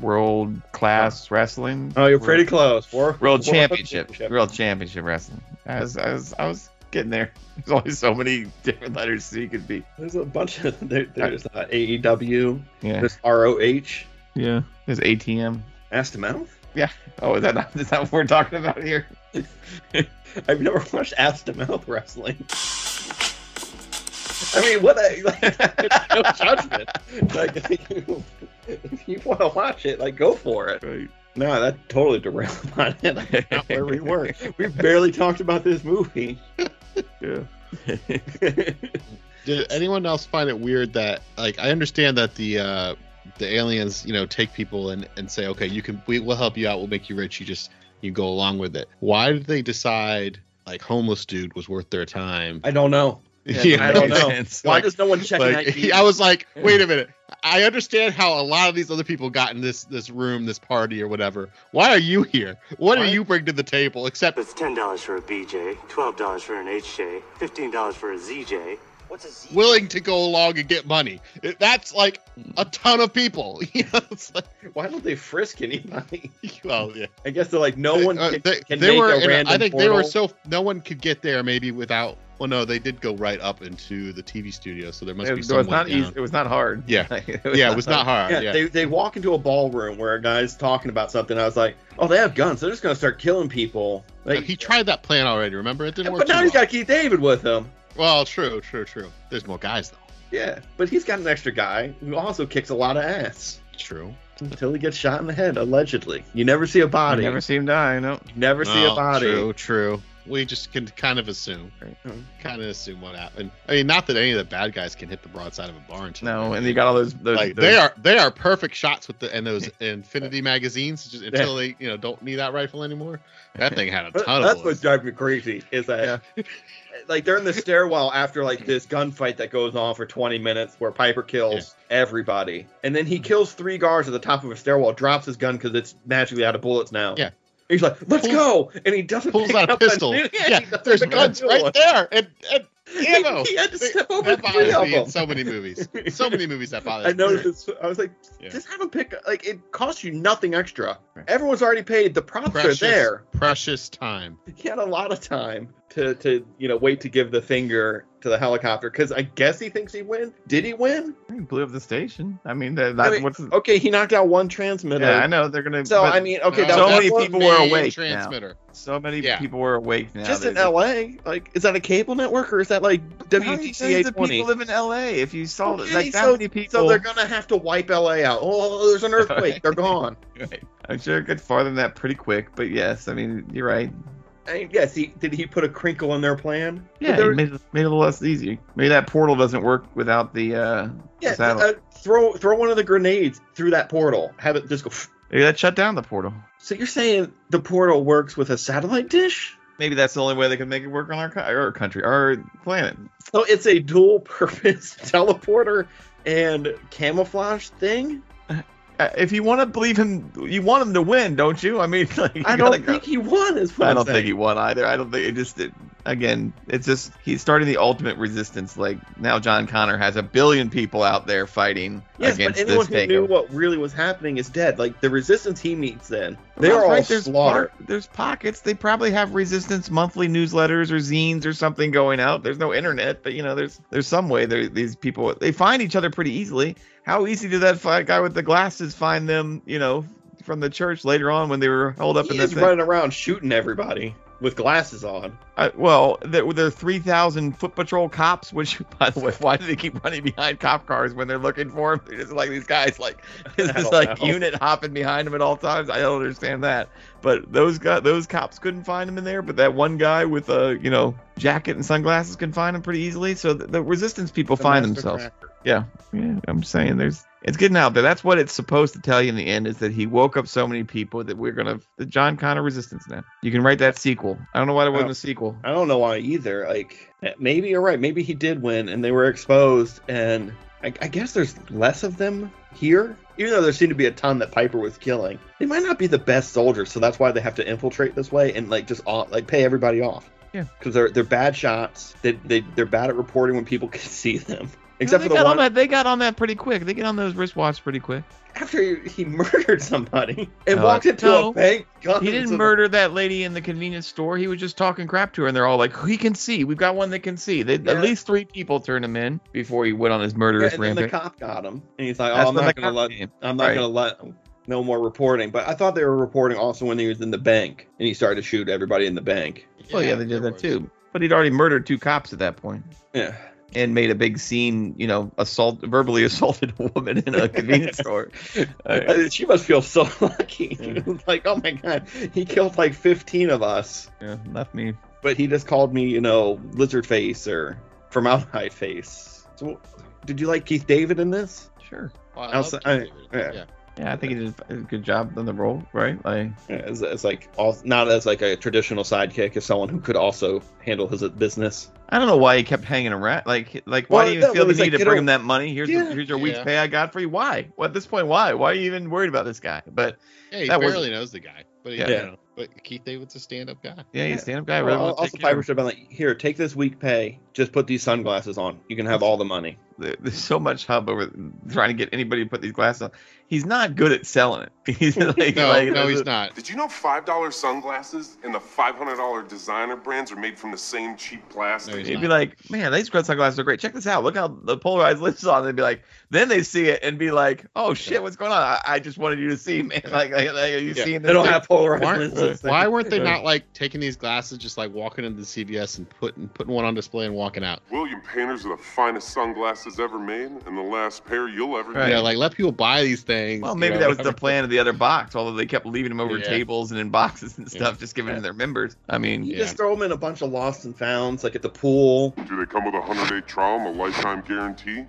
B: World class wrestling.
A: Oh, you're pretty close. World,
B: World Championship. World Championship Wrestling. I was, I was, I was getting there. There's only so many different letters C could be.
A: There's a bunch of there, there's uh, AEW,
B: Yeah.
A: there's ROH,
B: Yeah. There's ATM.
A: ass to mouth.
B: Oh, is that not, is that what we're talking about here?
A: I've never watched ass to mouth wrestling. I mean, what a like, no judgment. Like, if you, if you want to watch it, like, go for it. No, that totally derailed on it. That's not where we were. We barely talked about this movie.
B: Yeah.
C: Did anyone else find it weird that, like, I understand that the uh, the aliens, you know, take people and and say, okay, you can, we will help you out, we'll make you rich. You just you go along with it. Why did they decide like homeless dude was worth their time?
A: I don't know.
C: Yeah,
A: I don't know.
C: it's
A: Why
C: like-
A: does no one check
C: like,
A: ID?
C: I was like, wait a minute. I understand how a lot of these other people got in this this room, this party, or whatever. Why are you here? What do
A: Why-
C: you bring to the table? Except
I: It's ten dollars for a BJ, twelve dollars for an HJ, fifteen dollars for a ZJ. What's a Z?
C: willing to go along and get money. It- That's like a ton of people. You know, it's like,
A: Why don't they frisk anybody?
C: well, yeah.
A: I guess they're like, no one
C: Uh,
A: can,
C: they,
A: can
C: they
A: make
C: were.
A: a
C: in
A: random
C: I think they were
A: portal.
C: so no one could get there maybe without. Well, no, they did go right up into the TV studio, so there must
B: It,
C: be
B: was
C: someone
B: not
C: down.
B: easy. It was not hard.
C: Yeah. Yeah, it was not hard.
A: Yeah,
C: Uh, Yeah,
A: They, they walk into a ballroom where a guy's talking about something. I was like, oh, they have guns. They're just going to start killing people. Like,
C: he tried that plan already. Remember, it didn't work.
A: but now
C: too
A: he's
C: well.
A: got Keith David with him.
C: well, true, true, true. There's more guys though.
A: Yeah, but he's got an extra guy who also kicks a lot of ass
C: True.
A: until he gets shot in the head, allegedly. You never see a
B: I
A: body.
B: never see him die. No.
A: You never see a
C: Well,
A: body.
C: Oh, True, true. We just can kind of assume,
B: Right.
C: kind of assume what happened. I mean, not that any of the bad guys can hit the broadside of a barn. too.
B: No. And you got all those. those
C: like
B: those-
C: they are they are perfect shots with the and those Infinity magazines just until they you know don't need that rifle anymore. That thing had a
A: But
C: ton
A: that's
C: of
A: what
C: bullets.
A: drives me crazy is that like they're in the stairwell after like this gunfight that goes on for 20 minutes where piper kills everybody and then he
C: Mm-hmm.
A: kills three guards at the top of a stairwell drops his gun because it's magically out of bullets now
C: Yeah.
A: he's like let's
C: Pulls-
A: go and he doesn't
C: pulls
A: pick
C: out a
A: up new-
C: pistol.
A: he
C: Yeah,
A: doesn't
C: there's
A: pick up a
C: guns
A: new
C: right
A: one.
C: there, and, and Ammo.
B: He had to
C: They-
B: step over
C: That
B: three
C: bothers
B: of
C: me in
B: them.
C: so many movies. So many movies that bothers
A: I
C: me.
A: noticed this. I was like,
C: Yeah.
A: just have them pick. Like, it costs you nothing extra. Everyone's already paid. The props
C: Precious,
A: are there.
C: precious time.
A: He had a lot of time to, to you know, wait to give the finger to the helicopter because I guess he thinks he win. Did he win?
B: He blew up the station. I mean, that,
A: I
B: that
A: mean,
B: what's
A: Okay, he knocked out one transmitter.
B: yeah, I know they're gonna.
A: uh, So
B: but
A: I mean, okay,
C: Uh,
A: that,
B: so
A: that's
B: many
A: what-
C: the
B: people were
C: main
B: awake now.
C: Transmitter.
B: so many
C: Yeah.
B: people are awake now.
A: just
B: They-
A: in LA. Like, is that a cable network or is that like
B: How many millions
A: WTCA
B: of
A: 20?
B: people live in LA? If you saw
A: Okay,
B: like that
A: so-
B: many people,
A: So they're gonna have to wipe LA out. Oh, there's an earthquake. They're gone.
B: I'm sure it got farther than that pretty quick. But yes, I mean you're right.
A: And yes, he did. He put a crinkle in their plan. But
B: Yeah,
A: there-
B: it made, it made it a little less easy. Maybe that portal doesn't work without the. uh
A: yeah. Uh,
B: satellite.
A: throw throw one of the grenades through that portal. Have it just go.
B: Maybe that shut down the portal.
A: So you're saying the portal works with a satellite dish?
B: Maybe that's the only way they can make it work on our, co- our country, our planet.
A: So it's a dual-purpose teleporter and camouflage thing.
B: Uh, If you want to believe him, you want him to win, don't you? I mean, like, you
A: I
B: gotta
A: don't
B: go-
A: think he won. Is what
B: I
A: I'm
B: don't think
A: saying.
B: he won either. I don't think it just it, again. It's just he's starting the ultimate resistance. Like now, John Connor has a billion people out there fighting
A: Yes,
B: against
A: but anyone
B: this
A: who
B: takeover.
A: knew what really was happening is dead. Like the resistance he meets, then
B: Well,
A: they're
B: that's
A: all
B: right, there's
A: slaughtered.
B: po- there's pockets. They probably have resistance monthly newsletters or zines or something going out. There's no internet, but you know, there's there's some way. There these people they find each other pretty easily. How easy did that fi- guy with the glasses find them? You know, from the church later on when they were held up
A: He
B: in
A: is
B: this. thing?
A: running around shooting everybody with glasses on.
B: I, Uh, well, there were there three thousand foot patrol cops. Which, by the way, why do they keep running behind cop cars when they're looking for them? They're just like these guys, like this
A: I
B: is
A: don't
B: like
A: know.
B: unit hopping behind them at all times. I don't understand that. But those guy, those cops couldn't find him in there. But that one guy with a you know jacket and sunglasses can find him pretty easily. So the, the resistance people
C: The
B: find
C: master
B: themselves.
C: cracker.
B: Yeah, I'm saying there's it's getting out there. That's what it's supposed to tell you in the end is that he woke up so many people that we're gonna the John Connor resistance now. You can write that sequel. I don't know why there wasn't
A: Oh.
B: a sequel.
A: I don't know why either. Like eh, maybe you're right. Maybe he did win, and they were exposed. And I, I guess there's less of them here, even though there seemed to be a ton that Piper was killing. They might not be the best soldiers, so that's why they have to infiltrate this way and like just off, like pay everybody off.
B: Yeah.
A: because they're they're bad shots. They they they're bad at reporting when people can see them. Except
B: they
A: for the
B: got
A: one
B: on that. They got on that pretty quick. They get on those wristwatches pretty quick.
A: after he murdered somebody and
B: No,
A: walked into
B: Uh, no.
A: a bank. gunned
B: He
A: into
B: didn't
A: the-
B: murder that lady in the convenience store. He was just talking crap to her, and they're all like, "He can see. We've got one that can see." They,
A: Yeah.
B: At least three people turned him in before he went on his
A: Yeah,
B: murderous
A: and then the
B: rampage.
A: cop got him, and he's like, "Oh,
B: That's
A: I'm
B: when
A: not
B: the
A: gonna let
B: cop came.
A: I'm not
B: Right.
A: gonna let no more reporting. But I thought they were reporting also when he was in the bank and he started to shoot everybody in the bank.
B: Well, Oh, yeah, they
C: there
B: did that
C: was.
B: too. But he'd already murdered two cops at that point.
A: Yeah.
B: and made a big scene, you know, assault verbally assaulted a woman in a convenience store. Uh,
A: Uh, She must feel so lucky.
B: Yeah.
A: like, oh my god, he killed like 15 of us,
B: yeah, left me.
A: but he just called me, you know, lizard face or formaldehyde face. So, did you like Keith David in this?
B: Sure.
C: Well, I
A: Outs-
C: loved
A: I-
C: Keith David.
A: yeah.
C: yeah.
B: Yeah, I think he did a good job on the role, right? Like,
A: Yeah, As, as like all, not as like a traditional sidekick, as someone who could also handle his business.
B: I don't know why he kept hanging around. Like, like why
A: Well,
B: do you
A: no,
B: even feel
A: it
B: the
A: was
B: need
A: like,
B: to
A: you
B: bring
A: know-
B: him that money? Here's
A: Yeah.
B: here's your week's
C: Yeah.
B: pay I got for you. Why? Well, at this point, why? Why are you even worried about this guy? But
C: Yeah, he
B: That
C: barely
B: wasn't-
C: knows the guy, but he,
B: Yeah.
C: you know, but Keith David's a stand-up guy.
B: yeah, he's a stand-up guy. I really
A: Well,
B: want to
A: also,
B: take care of
A: Piper should have been like, here, take this week pay. Just put these sunglasses on. You can have all the money.
B: there- there's so much hub over trying to get anybody to put these glasses on. He's not good at selling it. He's like,
C: No,
B: like,
C: no, he's not.
F: Did you know $5 sunglasses and the $500 designer brands are made from the same cheap plastic?
C: No, he's
B: He'd
C: not.
B: be like, "Man, these red sunglasses are great. Check this out. Look how the polarized lips on." They'd be like, then they see it and be like, "Oh shit, what's going on? I, I just wanted you to see, man. Like, like, like, are you
C: Yeah.
B: seeing
A: They
B: this?"
A: don't have polarized
C: Why,
A: lenses.
C: why weren't they not like taking these glasses, just like walking into the CVS and putting putting one on display and walking out?
F: William Painters are the finest sunglasses ever made and the last pair you'll ever
B: Right.
C: You know, like let people buy these things.
B: Well,
C: you
B: maybe
C: know,
B: that was the
C: whatever.
B: plan of the other box, although they kept leaving them over
C: Yeah.
B: tables and in boxes and
C: Yeah.
B: stuff, just giving it to their members. I mean,
A: You
C: Yeah.
A: just throw them in a bunch of lost and founds, like at the pool.
F: Do they come with a 100 day trial and a lifetime guarantee?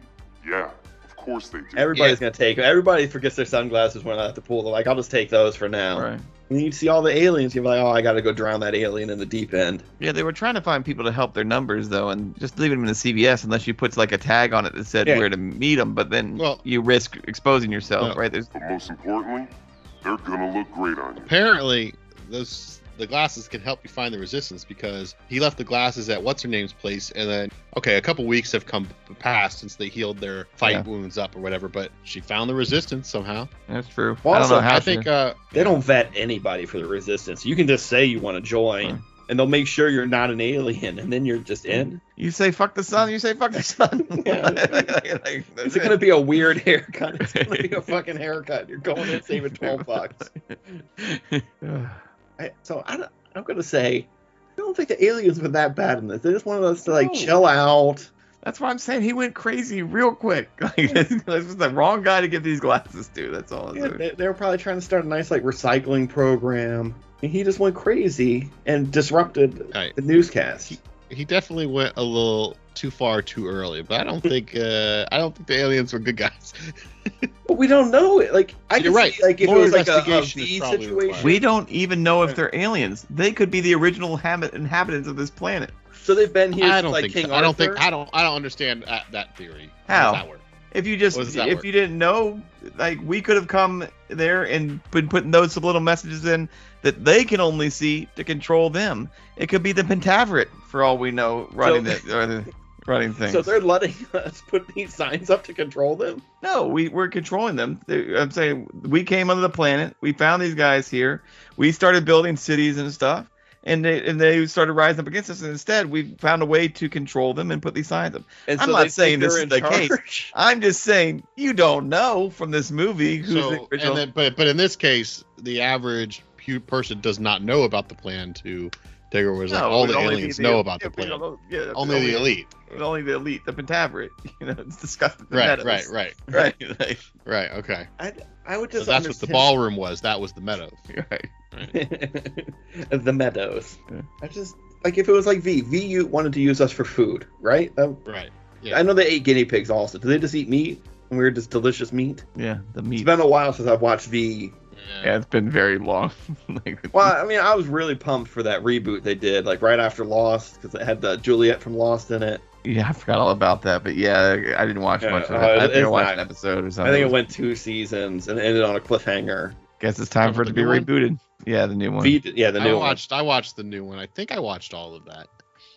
F: Yeah, of course they do.
A: Everybody's gonna take 'em. Everybody forgets their sunglasses when they're at the pool. They're like, I'll just take those for now.
B: right?
A: And you'd see all the aliens. You'd be like, oh, I gotta go drown that alien in the deep end.
B: Yeah, they were trying to find people to help their numbers though, and just leaving them in the CVS unless you puts like a tag on it that said
A: Yeah.
B: where to meet them. But then
C: Well-
B: you risk exposing yourself,
C: Well-
B: right? There's
F: But most importantly, they're gonna look great on you.
C: Apparently, those the glasses can help you find the resistance because he left the glasses at what's her name's place and then okay a couple weeks have come past since they healed their fight
B: Yeah.
C: wounds up or whatever but she found the resistance somehow
B: That's true.
A: Well,
B: I don't
A: also,
B: know how
C: i
B: she-
C: think uh
A: They don't vet anybody for the resistance. You can just say you want to join,
B: Right.
A: and they'll make sure you're not an alien, and then you're just in.
B: you say fuck the sun, you say fuck the sun.
A: Yeah. Is it going to be a weird haircut? It's going to be a fucking haircut. You're going in saving 12 bucks.
B: gonna
A: I, so I don't, I'm going to say, I don't think the aliens were that bad in this. They just wanted us to, like,
B: No.
A: chill out.
B: That's why I'm saying he went crazy real quick. Like this was the wrong guy to give these glasses to. That's all.
A: Yeah, they, they were probably trying to start a nice, like, recycling program. And he just went crazy and disrupted
C: Right.
A: the newscast.
C: he definitely went a little too far too early but i don't think uh i don't think the aliens were good guys
A: But we don't know it. Like, I
C: You're
A: could
C: right.
A: see, like, if
C: More
A: it was like a, a
C: investigation is
A: V
C: probably
A: situation.
C: required.
B: We don't even know if they're aliens. They could be the original habit inhabitants of this planet.
A: So they've been here
C: i
A: since,
C: don't
A: like,
C: think
A: King
C: so.
A: Arthur.
C: i don't think i don't i don't understand that, that theory
B: How?
C: does that work?
B: If you just
C: What does
B: if
C: that work?
B: you didn't know, like we could have come there and been putting those subliminal messages in that they can only see to control them. It could be the Pentaveret for all we know running
A: So-
B: it or the running things.
A: So they're letting us put these signs up to control them?
B: No, we we're controlling them. They- I'm saying we came onto the planet. We found these guys here. We started building cities and stuff, and they and they started rising up against us. And instead, we found a way to control them and put these signs up.
A: And
B: I'm
A: so
B: not
A: they think
B: saying this
A: they're
B: is
A: in
B: the case.
A: charge?
B: I'm just saying you don't know from this movie who's
C: so
B: the original.
C: and then, but but in this case the average pu- person does not know about the plan to take over It's like
B: No,
C: all
B: it
C: the
B: would only be
C: aliens know about
B: yeah,
C: the plan
B: we don't- yeah,
C: only the elite
B: Only the elite, the Pentaveret. You know, it's disgusting.
C: right right right
B: right, right,
C: right okay
A: I would
C: so
A: just.
C: that's what the
A: understand-
C: ballroom was that was the meadow
B: right.
A: the meadows.
B: Yeah.
A: I just like if it was like V. V you wanted to use us for food, right? Um,
C: right
A: I know they ate guinea pigs also. Do they just eat meat? And we were just delicious meat.
B: Yeah, the
A: It's
B: meat.
A: been a while since I've watched V.
B: Yeah, it's been very long. like,
A: Well, I mean, I was really pumped for that reboot they did, like right after Lost, because it had the Juliet from Lost in it.
B: Yeah, I forgot all about that, but yeah, I didn't watch
A: Yeah,
B: much of it.
A: uh,
B: I think I
A: it's
B: watched
A: not-
B: an episode or
A: I
B: something.
C: Uh,
A: think it went two seasons and ended on a cliffhanger.
B: Guess it's time for it to be
C: The new
B: rebooted. Yeah, the new one.
A: V, yeah, the
C: I
A: new one.
C: watched. I watched the new one. I think I watched all of that.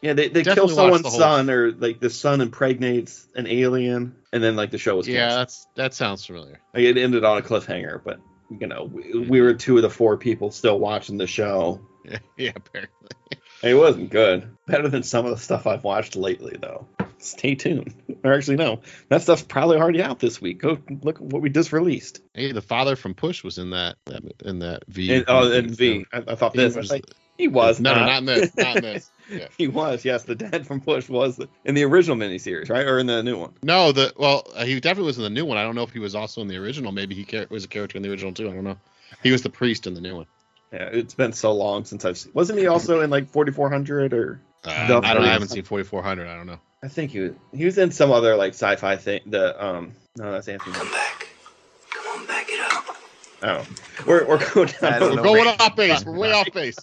A: Yeah, they, they kill
C: Definitely watch
A: someone's
C: the whole-
A: son, or like the son impregnates an alien, and then like the show was
C: yeah,
A: canceled.
C: that's that sounds familiar.
A: Like, it ended on a cliffhanger, but you know we, we were two of the four people still watching the show.
C: Yeah, yeah apparently.
A: It wasn't good. Better than some of the stuff I've watched lately, though. Stay tuned. Or actually, no, that stuff's probably already out this week. Go look at what we just released.
C: Hey, the father from Push was in that, that in that V.
A: And, oh, and V. I, I thought
C: He
A: this. I
C: was-
A: was like, he was
C: no,
A: not.
C: no, not in this. Not in this. Yeah.
A: He was. Yes, the dad from Push was in the original miniseries, right, or in the new one.
C: No, the well, uh, he definitely was in the new one. I don't know if he was also in the original. Maybe he char- was a character in the original too. I don't know. He was the priest in the new one.
A: Yeah, it's been so long since I've seen. Wasn't he also in like 4400 or?
C: Uh,
A: The
C: I don't. I
A: priest.
C: haven't seen 4400. I don't know.
A: I think he was. He was in some other like sci-fi thing. The um. No, that's Anthony.
I: Come back. Come on, back it up.
A: Oh, we're we're going
B: I
A: down.
B: don't
C: We're
B: know
C: going
B: where-
C: off base. We're way off base.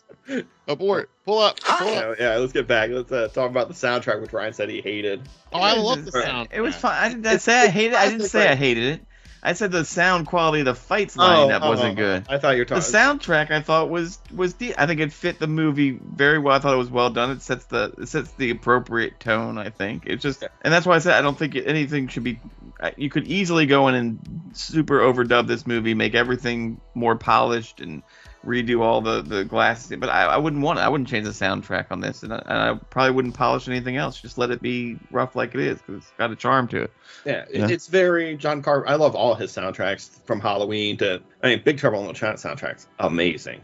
C: Abort. Pull up. Pull up.
A: Yeah, yeah, let's get back. Let's uh, talk about the soundtrack, which Ryan said he hated.
C: Oh, I love the sound.
B: It was fun. I didn't I say I hated it. I didn't say I hated it. I said the sound quality of the fights lineup
A: oh,
B: wasn't
A: oh,
B: good.
A: I thought you were
B: uh-huh. The
A: talking.
B: soundtrack I thought was was de- I think it fit the movie very well. I thought it was well done. It sets the it sets the appropriate tone. I think it's just and that's why I said I don't think anything should be. I- You could easily go in and super overdub this movie, make everything more polished and redo all the the glass. But I, I wouldn't want it. I wouldn't change the soundtrack on this, and I, and I probably wouldn't polish anything else. Just let it be rough like it is because it's got a charm to it.
A: yeah, it-
B: Yeah.
A: it's very John Carpenter. I love all his soundtracks from Halloween to. I mean, Big Trouble in Little China soundtracks amazing,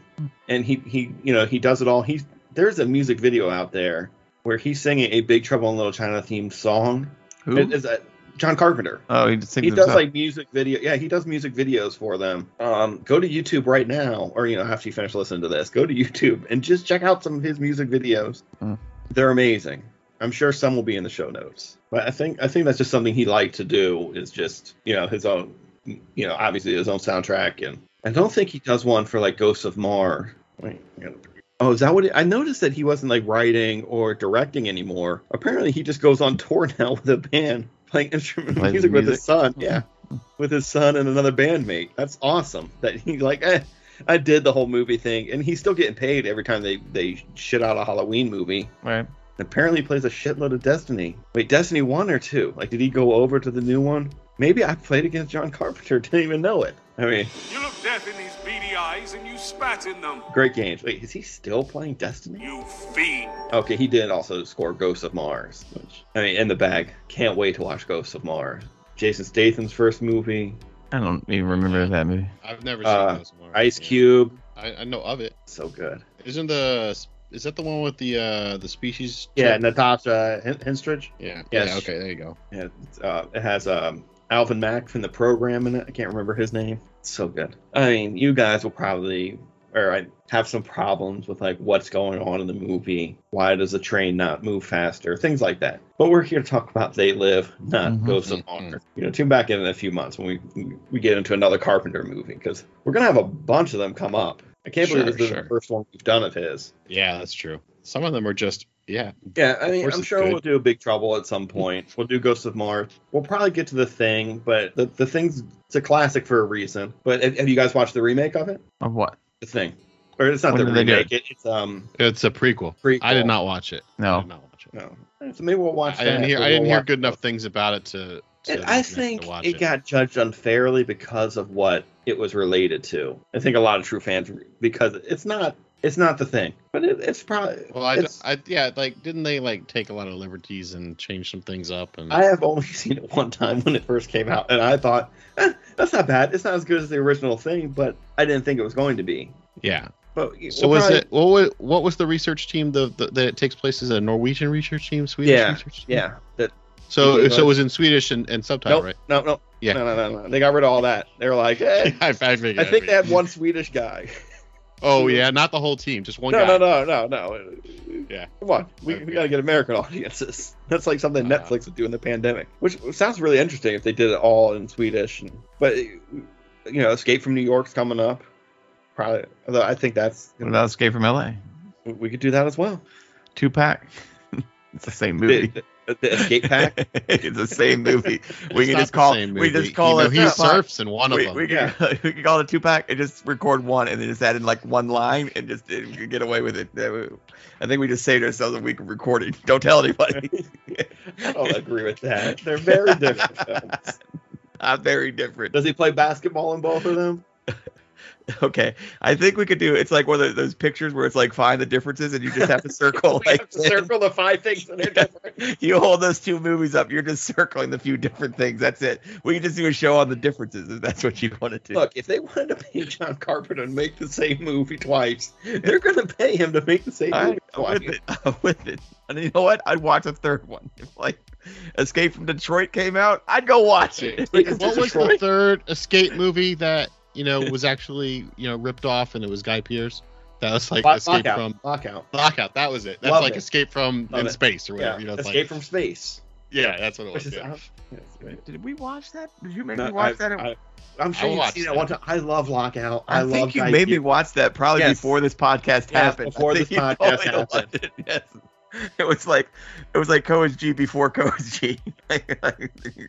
A: and he he you know he does it all. He there's a music video out there where he's singing a Big Trouble in Little China themed song.
B: Who?
A: It is a John Carpenter.
B: oh, he just sings
A: he does
B: himself.
A: like music video yeah he does music videos for them um go to youtube right now or you know after you finish listening to this go to youtube and just check out some of his music videos
B: Mm.
A: they're amazing i'm sure some will be in the show notes but i think i think that's just something he liked to do is just you know his own you know obviously his own soundtrack and i don't think he does one for like ghosts of mar Wait, I gotta- Oh, is that what it, I noticed that he wasn't like writing or directing anymore. Apparently, he just goes on tour now with a band playing instrumental
B: Plays
A: music with
B: music.
A: his son. Yeah, with his son and another bandmate. That's awesome. That he like, eh, I did the whole movie thing, and he's still getting paid every time they they shit out a Halloween movie.
B: Right.
A: And apparently, he plays a shitload of Destiny. Wait, Destiny one or two? Like, did he go over to the new one? Maybe I played against John Carpenter, didn't even know it. I mean,
F: You looked death in these beady eyes and you spat in them.
A: great games. Wait, is he still playing Destiny?
F: You fiend.
A: Okay, he did also score Ghosts of Mars, which I mean, in the bag. Can't wait to watch Ghosts of Mars. Jason Statham's first movie,
B: I don't even remember that movie.
C: I've never seen
A: Uh,
C: those. Mars.
A: Ice
C: Yeah.
A: Cube,
C: I, I know of it.
A: so good.
C: Isn't the is that the one with the uh the species?
A: Yeah, Natasha Hen- Henstridge.
C: Yeah.
A: Yes.
C: Yeah. Okay. There you go.
A: Yeah, it's, uh, it has um, Alvin Mack from the program in it. I can't remember his name. It's so good. I mean, you guys will probably or I have some problems with like what's going on in the movie. Why does the train not move faster? Things like that. But we're here to talk about They Live, not
B: Mhm.
A: Ghosts of
C: Mhm.
A: Honor. You know, tune back in in a few months when we we get into another Carpenter movie because we're gonna have a bunch of them come up. I can't
C: Sure,
A: believe this is
C: sure.
A: the first one we've done of his.
C: Yeah, that's true. Some of them are just yeah.
A: Yeah, I mean,
C: course
A: I'm
C: it's
A: sure
C: good.
A: we'll do a Big Trouble at some point. We'll do Ghosts of Mars. We'll probably get to the thing, but the, the thing's it's a classic for a reason. But have, have you guys watched the remake of it?
B: Of what?
A: The thing, or it's not
B: When
A: the
B: did they do
A: remake. It, it's um
C: It's a prequel.
A: prequel.
C: I did not watch it. I
B: No.
C: did not watch it.
A: No, so maybe we'll watch.
C: I
A: that,
C: didn't hear.
A: or
C: I didn't
A: we'll
C: hear
A: watch-
C: good enough things about it to. to
A: And I
C: make me
A: think
C: watch
A: it got judged unfairly because of what it was related to. I think a lot of true fans because it's not it's not the thing, but it, it's probably.
C: Well, I,
A: it's-
C: I yeah, like didn't they like take a lot of liberties and change some things up and
A: I have only seen it one time when it first came out, and I thought eh, that's not bad. It's not as good as the original thing, but I didn't think it was going to be.
C: yeah.
A: But
C: So
A: we'll
C: was
A: probably-
C: it what was, what was the research team the, the that it takes place is it a Norwegian research team Swedish
A: Yeah,
C: research team?
A: Yeah. That,
C: So
A: Yeah.
C: so it was in Swedish and, and subtitle
A: nope,
C: right?
A: nope. Nope.
C: Yeah.
A: No. No. No. No. They got rid of all that. They were like, eh,
C: I, I figured.
A: I think they
C: figured.
A: had one Swedish guy.
C: Oh yeah, not the whole team, just one
A: no.
C: guy.
A: No. No. No. No.
C: Yeah.
A: Come on. We, we got to get American audiences. That's like something
C: Uh-huh.
A: Netflix would do in the pandemic, which sounds really interesting if they did it all in Swedish. And, but you know, Escape from New York's coming up. Probably. Although I think that's
B: What about Escape from LA?
A: we could do that as well.
B: Two pack. it's the same movie.
A: the, the- the escape pack.
B: it's the same movie. We
C: It's
B: can
C: not
B: just
C: the
B: call.
C: same
B: We
C: movie.
B: just call
C: You know,
B: it.
C: he
B: two-pack.
C: surfs in one
B: We,
C: of them.
B: we can, we can call it a two pack and just record one and then just add in like one line and just uh, we could get away with it. That we- I think we just saved ourselves a week of recording. Don't tell anybody.
A: I don't agree with that. They're very different films.
B: I'm very different.
A: Does he play basketball in both of them?
B: Okay, I think we could do. It's like one of those pictures where it's like find the differences and you just have to circle.
A: We
B: like
A: have to circle the five things that are different.
B: you hold those two movies up. You're just circling the few different things. That's it. We can just do a show on the differences if that's what you want to do.
A: Look, if they wanted to pay John Carpenter and make the same movie twice, they're going to pay him to make the same
B: I,
A: movie
B: am with
A: twice.
B: it. I'm with it. And you know what? I'd watch a third one. If like Escape from Detroit came out, I'd go watch it.
A: Because
C: what was the
A: Detroit-
C: third escape movie that you know was actually you know ripped off and it was Guy Pierce? That was like
A: Lock-
C: escape
A: lockout,
C: from
A: lockout.
C: lockout. That was it. That's
A: Love
C: like
A: it.
C: escape from
A: Love
C: in
A: it.
C: space or whatever.
A: Yeah.
C: You know, it's
A: Escape
C: like,
A: from space.
C: yeah, that's what it
A: Which
C: was.
A: is
C: Yeah.
A: out. Oh, yeah, it's great.
B: Did we watch that? Did you make
A: No,
B: me watch
A: I-
B: that? I,
A: I, am sure
C: I
A: you've
C: watched
A: seen it
C: that.
A: one time. I love Lockout. I, love
B: think you
A: Guy
B: made me
A: Pearce.
B: watch that probably
A: Yes.
B: before this podcast
A: Yes,
B: happened. I
A: before
B: think
A: this
B: you
A: podcast
B: told me to
A: happened.
B: watch it, Yes. It was like it was like Cohen's G before Cohen's G.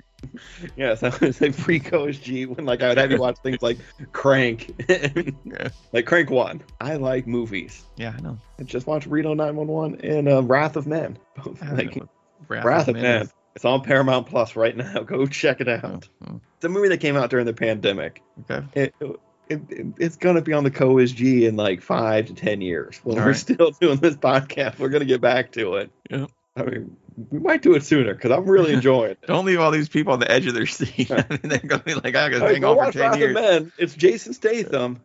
A: Yes, I was like pre coach G when like I would have you watch things like Crank,
B: Yeah.
A: like Crank One. I like movies.
B: yeah, I know.
A: I just watch Reno 911 and uh, Wrath of Men. like, Wrath of Man. It's on Paramount Plus right now. Go check it
B: Oh,
A: out.
B: hmm.
A: It's a movie that came out during the pandemic.
B: Okay.
A: It, it, it- it's gonna be on the Co G in like five to ten years. When
B: All
A: we're
B: right.
A: still doing this podcast, we're gonna get back to it.
B: Yeah.
A: I mean, we might do it sooner because I'm really enjoying it.
B: Don't leave all these people on the edge of their seat. I mean, they're gonna be like, I gotta
A: Hey,
B: hang
A: go
B: on for
A: watch
B: ten
A: Wrath of
B: years.
A: Men. It's Jason Statham.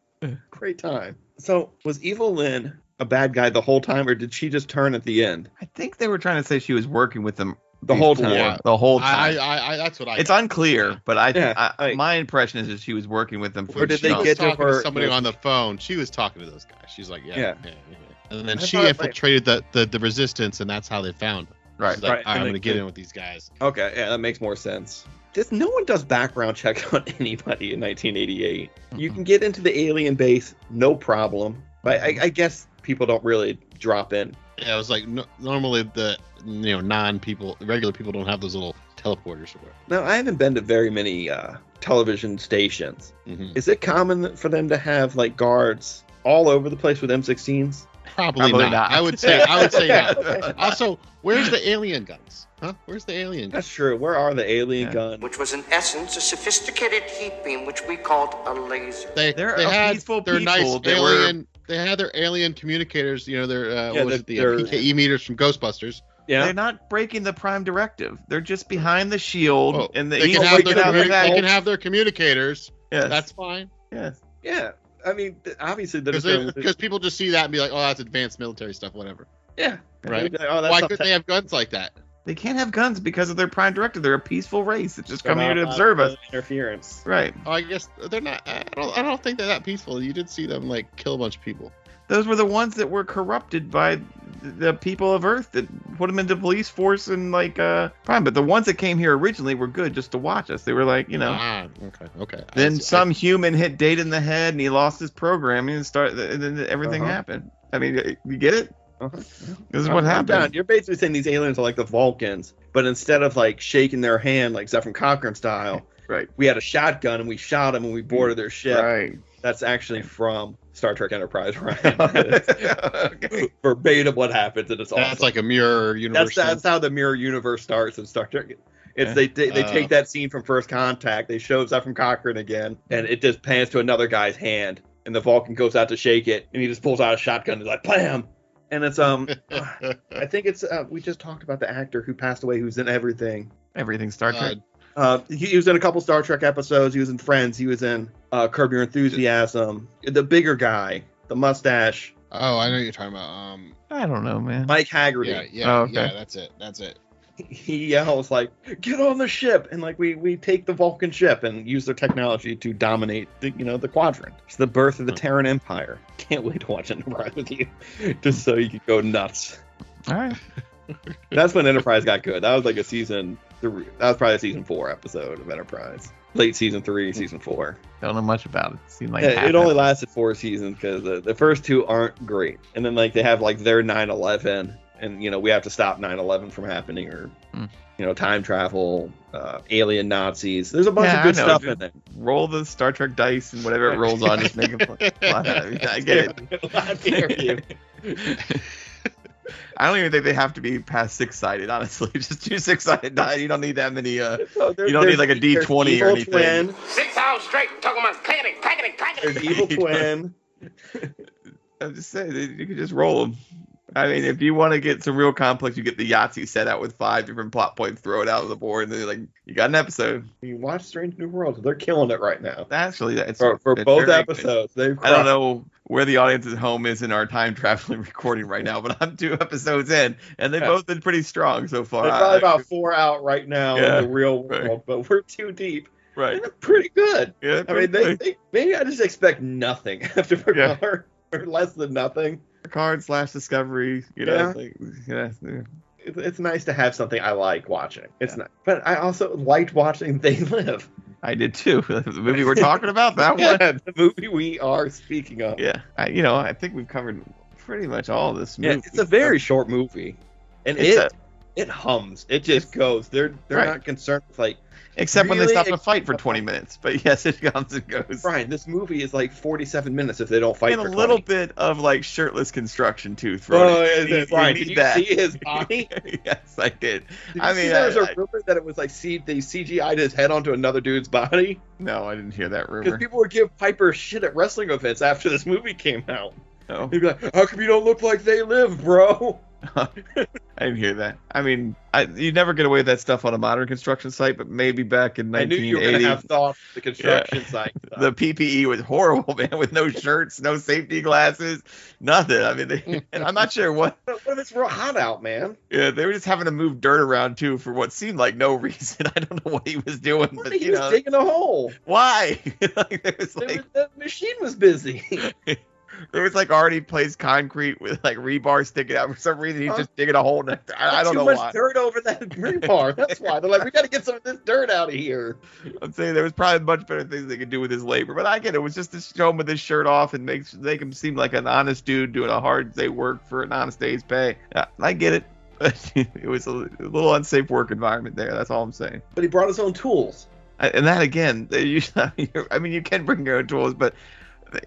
A: Great time. So was Evil Lynn a bad guy the whole time, or did she just turn at the end?
B: I think they were trying to say she was working with them
A: The whole
B: before,
A: time.
B: The whole
C: I,
B: time.
C: I, I, that's what I.
B: it's unclear, but I,
A: Yeah,
B: I,
A: like-
B: my impression is that she was working with them.
A: Or did
C: She
A: they
B: jump.
C: was
A: get to
C: talking
A: her-
C: somebody on the phone? She was talking to those guys. She's like, yeah,
A: Yeah.
C: yeah. yeah, yeah. And then
A: I
C: she
A: thought, like-
C: infiltrated the, the the resistance, and that's how they found. Them.
B: right?
C: She's like,
A: right,
C: "All
A: and
C: right, I'm
A: they-
C: gonna get in with these guys.
A: Okay, yeah, that makes more sense. Just no one does background check on anybody in 1988. You can get into the alien base, no problem. But I, I guess people don't really drop in.
C: Yeah, it was like no, normally the you know non people, regular people don't have those little teleporters or whatever.
A: Now I haven't been to very many uh, television stations.
C: Mhm.
A: Is it common for them to have like guards all over the place with M16s?
C: Probably,
B: Probably
C: not.
B: not.
C: I would say. I would say not.
B: Yeah.
C: Also, where's the alien guns? Huh? Where's the alien guns?
A: That's true. Where are the alien
B: Yeah.
A: guns?
I: which was in essence a sophisticated heat beam which we called a laser.
C: They
B: There
C: they
B: are
C: had
B: peaceful
C: their nice
B: people that were-
C: alien. They had their alien communicators. You know their
A: Yeah,
C: uh, what was
A: the-
C: it, the uh,
A: their-
C: PKE meters from Ghostbusters.
A: Yeah.
B: They're not breaking the prime directive. They're just behind the shield,
C: Oh,
B: and
C: they,
B: the, he's
C: can have
B: breaking
C: their
B: out the
C: communi-
B: back.
C: they can have their communicators.
B: Yes.
C: That's fine
B: yes.
A: Yeah. I mean, th- obviously they're just gonna-
C: because people just see that and be like, oh, that's advanced military stuff, whatever.
A: yeah.
C: Right?
A: They'd be like, oh, that's
C: Why
A: not
C: couldn't they have guns like that?
B: They can't have guns because of their prime directive. They're a peaceful race that's just coming here to
A: technical
B: observe us.
A: Interference.
B: Right.
C: Oh, I guess they're not. I don't. I don't think they're that peaceful. You did see them like kill a bunch of people.
B: Those were the ones that were corrupted by the people of Earth that put them into police force and like uh prime. But the ones that came here originally were good just to watch us. They were like, you know.
C: Ah, okay. Okay. I
B: Then
C: see- I
B: some human hit Data in the head, and he lost his programming, and start, and then everything
A: Uh-huh.
B: happened. I mean, you get it?
A: Uh-huh.
B: This is what happened.
A: You're basically saying these aliens are like the Vulcans, but instead of like shaking their hand like Zephyr Cochran style,
B: Right.
A: we had a shotgun and we shot them and we boarded their ship.
B: Right.
A: That's actually from Star Trek Enterprise, Ryan.
B: okay.
A: Verbatim what happens, and it's
C: That's
A: awesome.
C: like a mirror
A: that's
C: universe.
A: that's how the mirror universe starts in Star Trek. It's
B: Yeah.
A: they they, they
C: Uh.
A: take that scene from First Contact. They show Zephyr Cochran again, and it just pans to another guy's hand, and the Vulcan goes out to shake it, and he just pulls out a shotgun and is like, "Blam!" And it's um, I think it's uh, we just talked about the actor who passed away, who's in everything.
B: Everything Star Trek.
A: Uh, he, he was in a couple Star Trek episodes. He was in Friends. He was in uh, Curb Your Enthusiasm. The bigger guy, the mustache,
C: oh, I know what you're talking about. Um,
B: I don't know, man.
A: Mike Haggerty.
C: yeah, yeah,
B: Oh, okay.
C: yeah. That's it. That's it.
A: he yells like get on the ship and like we we take the vulcan ship and use their technology to dominate the you know the quadrant it's the birth of the terran empire can't wait to watch enterprise with you just so you could go nuts
B: All right.
A: that's when enterprise got good that was like a season three that was probably a season four episode of enterprise late season three season four
B: Don't know much about it. Seemed like
A: yeah,
B: half
A: it only
B: of
A: lasted four seasons because the, the first two aren't great and then like they have like their 9-11 and you know we have to stop 9-11 from happening or
B: Mm.
A: you know time travel uh, alien nazis there's a bunch
B: Yeah,
A: of good
B: I know,
A: stuff
B: dude.
A: in there
B: Roll the Star Trek dice and whatever it rolls on, just make it. fun. I get it.
A: I dare you.
B: I don't even think they have to be past six sided. Honestly, just two six sided die. You don't need that many. Uh,
A: So there-
B: You don't need,
A: there's-
B: like, a D20
A: there's
B: or
A: evil
B: anything.
A: twin,
I: Six hours straight talking about planning, packing,
A: there's
I: packing.
A: evil twin
B: I'm just saying that you could just roll them. I mean, if you want to get some real complex, you get the Yahtzee set out with five different plot points, throw it out of the board, and then you're like you got an episode.
A: you watch strange new worlds they're killing it right now
B: Actually, that's
A: for, for
B: that's
A: both
B: very good.
A: episodes they've
B: I don't know where the audience at home is in our time traveling recording right now, but I'm two episodes in, and they've
A: Yeah.
B: both been pretty strong so far.
A: they're
B: I-
A: probably about four out right now
B: Yeah,
A: in the real
B: right.
A: world but we're too deep
B: right.
A: they're pretty good
B: Yeah,
A: I mean, they, they maybe I just expect nothing after
B: Yeah.
A: Picard, or less than nothing.
B: card slash discovery. You know,
A: Yeah.
B: like, yeah, yeah.
A: It, it's nice to have something I like watching. It's not, but I also liked watching They Live.
B: I did too. the movie we're talking about that one.
A: Yeah, the movie we are speaking of.
B: Yeah, I, you know, I think we've covered pretty much all this
A: Yeah,
B: movie.
A: it's a very short movie, and
B: It's
A: it it hums. It just goes. They're they're
B: Right.
A: not concerned with like
B: except when they
A: really
B: stop and fight for 20 minutes. But yes, it comes and goes.
A: Brian. This movie is like forty seven minutes if they don't fight
B: And a
A: for
B: little
A: 20.
B: bit of like shirtless construction too thrown.
A: Oh, and
B: in.
A: then,
B: You- you
A: Brian,
B: need
A: did you
B: that.
A: see his body?
B: yes, I did.
A: Did
B: I
A: you see
B: mean,
A: there was
B: I-
A: a rumor that it was like see they CGI'd his head onto another dude's body.
B: No, I didn't hear that rumor.
A: Because people would give Piper shit at wrestling events after this movie came out.
B: No.
A: He'd be like, "How come you don't look like they live, bro?"
B: I didn't hear that. I mean, I, you never get away with that stuff on a modern construction site, but maybe back in
A: I knew you were gonna
B: 1980,
A: have thoughts. The construction site.
B: the PPE was horrible, man, with no shirts, no safety glasses, nothing. I
A: Mm.
B: mean, they, and I'm not sure what.
A: What if it's real hot out, man?
B: Yeah, they were just having to move dirt around too for what seemed like no reason. I don't know what he was doing,
A: What
B: but
A: if he
B: you
A: was
B: know
A: digging a hole.
B: why? like, there was
A: There
B: like
A: was- the machine was busy.
B: there was like already placed concrete with like rebar sticking out. For some reason, he's
A: Huh?
B: just digging a hole. In it. I, I don't
A: Too
B: know
A: much
B: why.
A: dirt over that green bar. That's why they're like, "We got to get some of this dirt out of here."
B: I'm saying there was probably much better things they could do with his labor, but I get it. It was just to show him with his shirt off and make make him seem like an honest dude doing a hard day work for an honest day's pay. Yeah, I get it. But it was a, a little unsafe work environment there. That's all I'm saying.
A: But he brought his own tools.
B: And that again, you, I mean, you can bring your own tools, but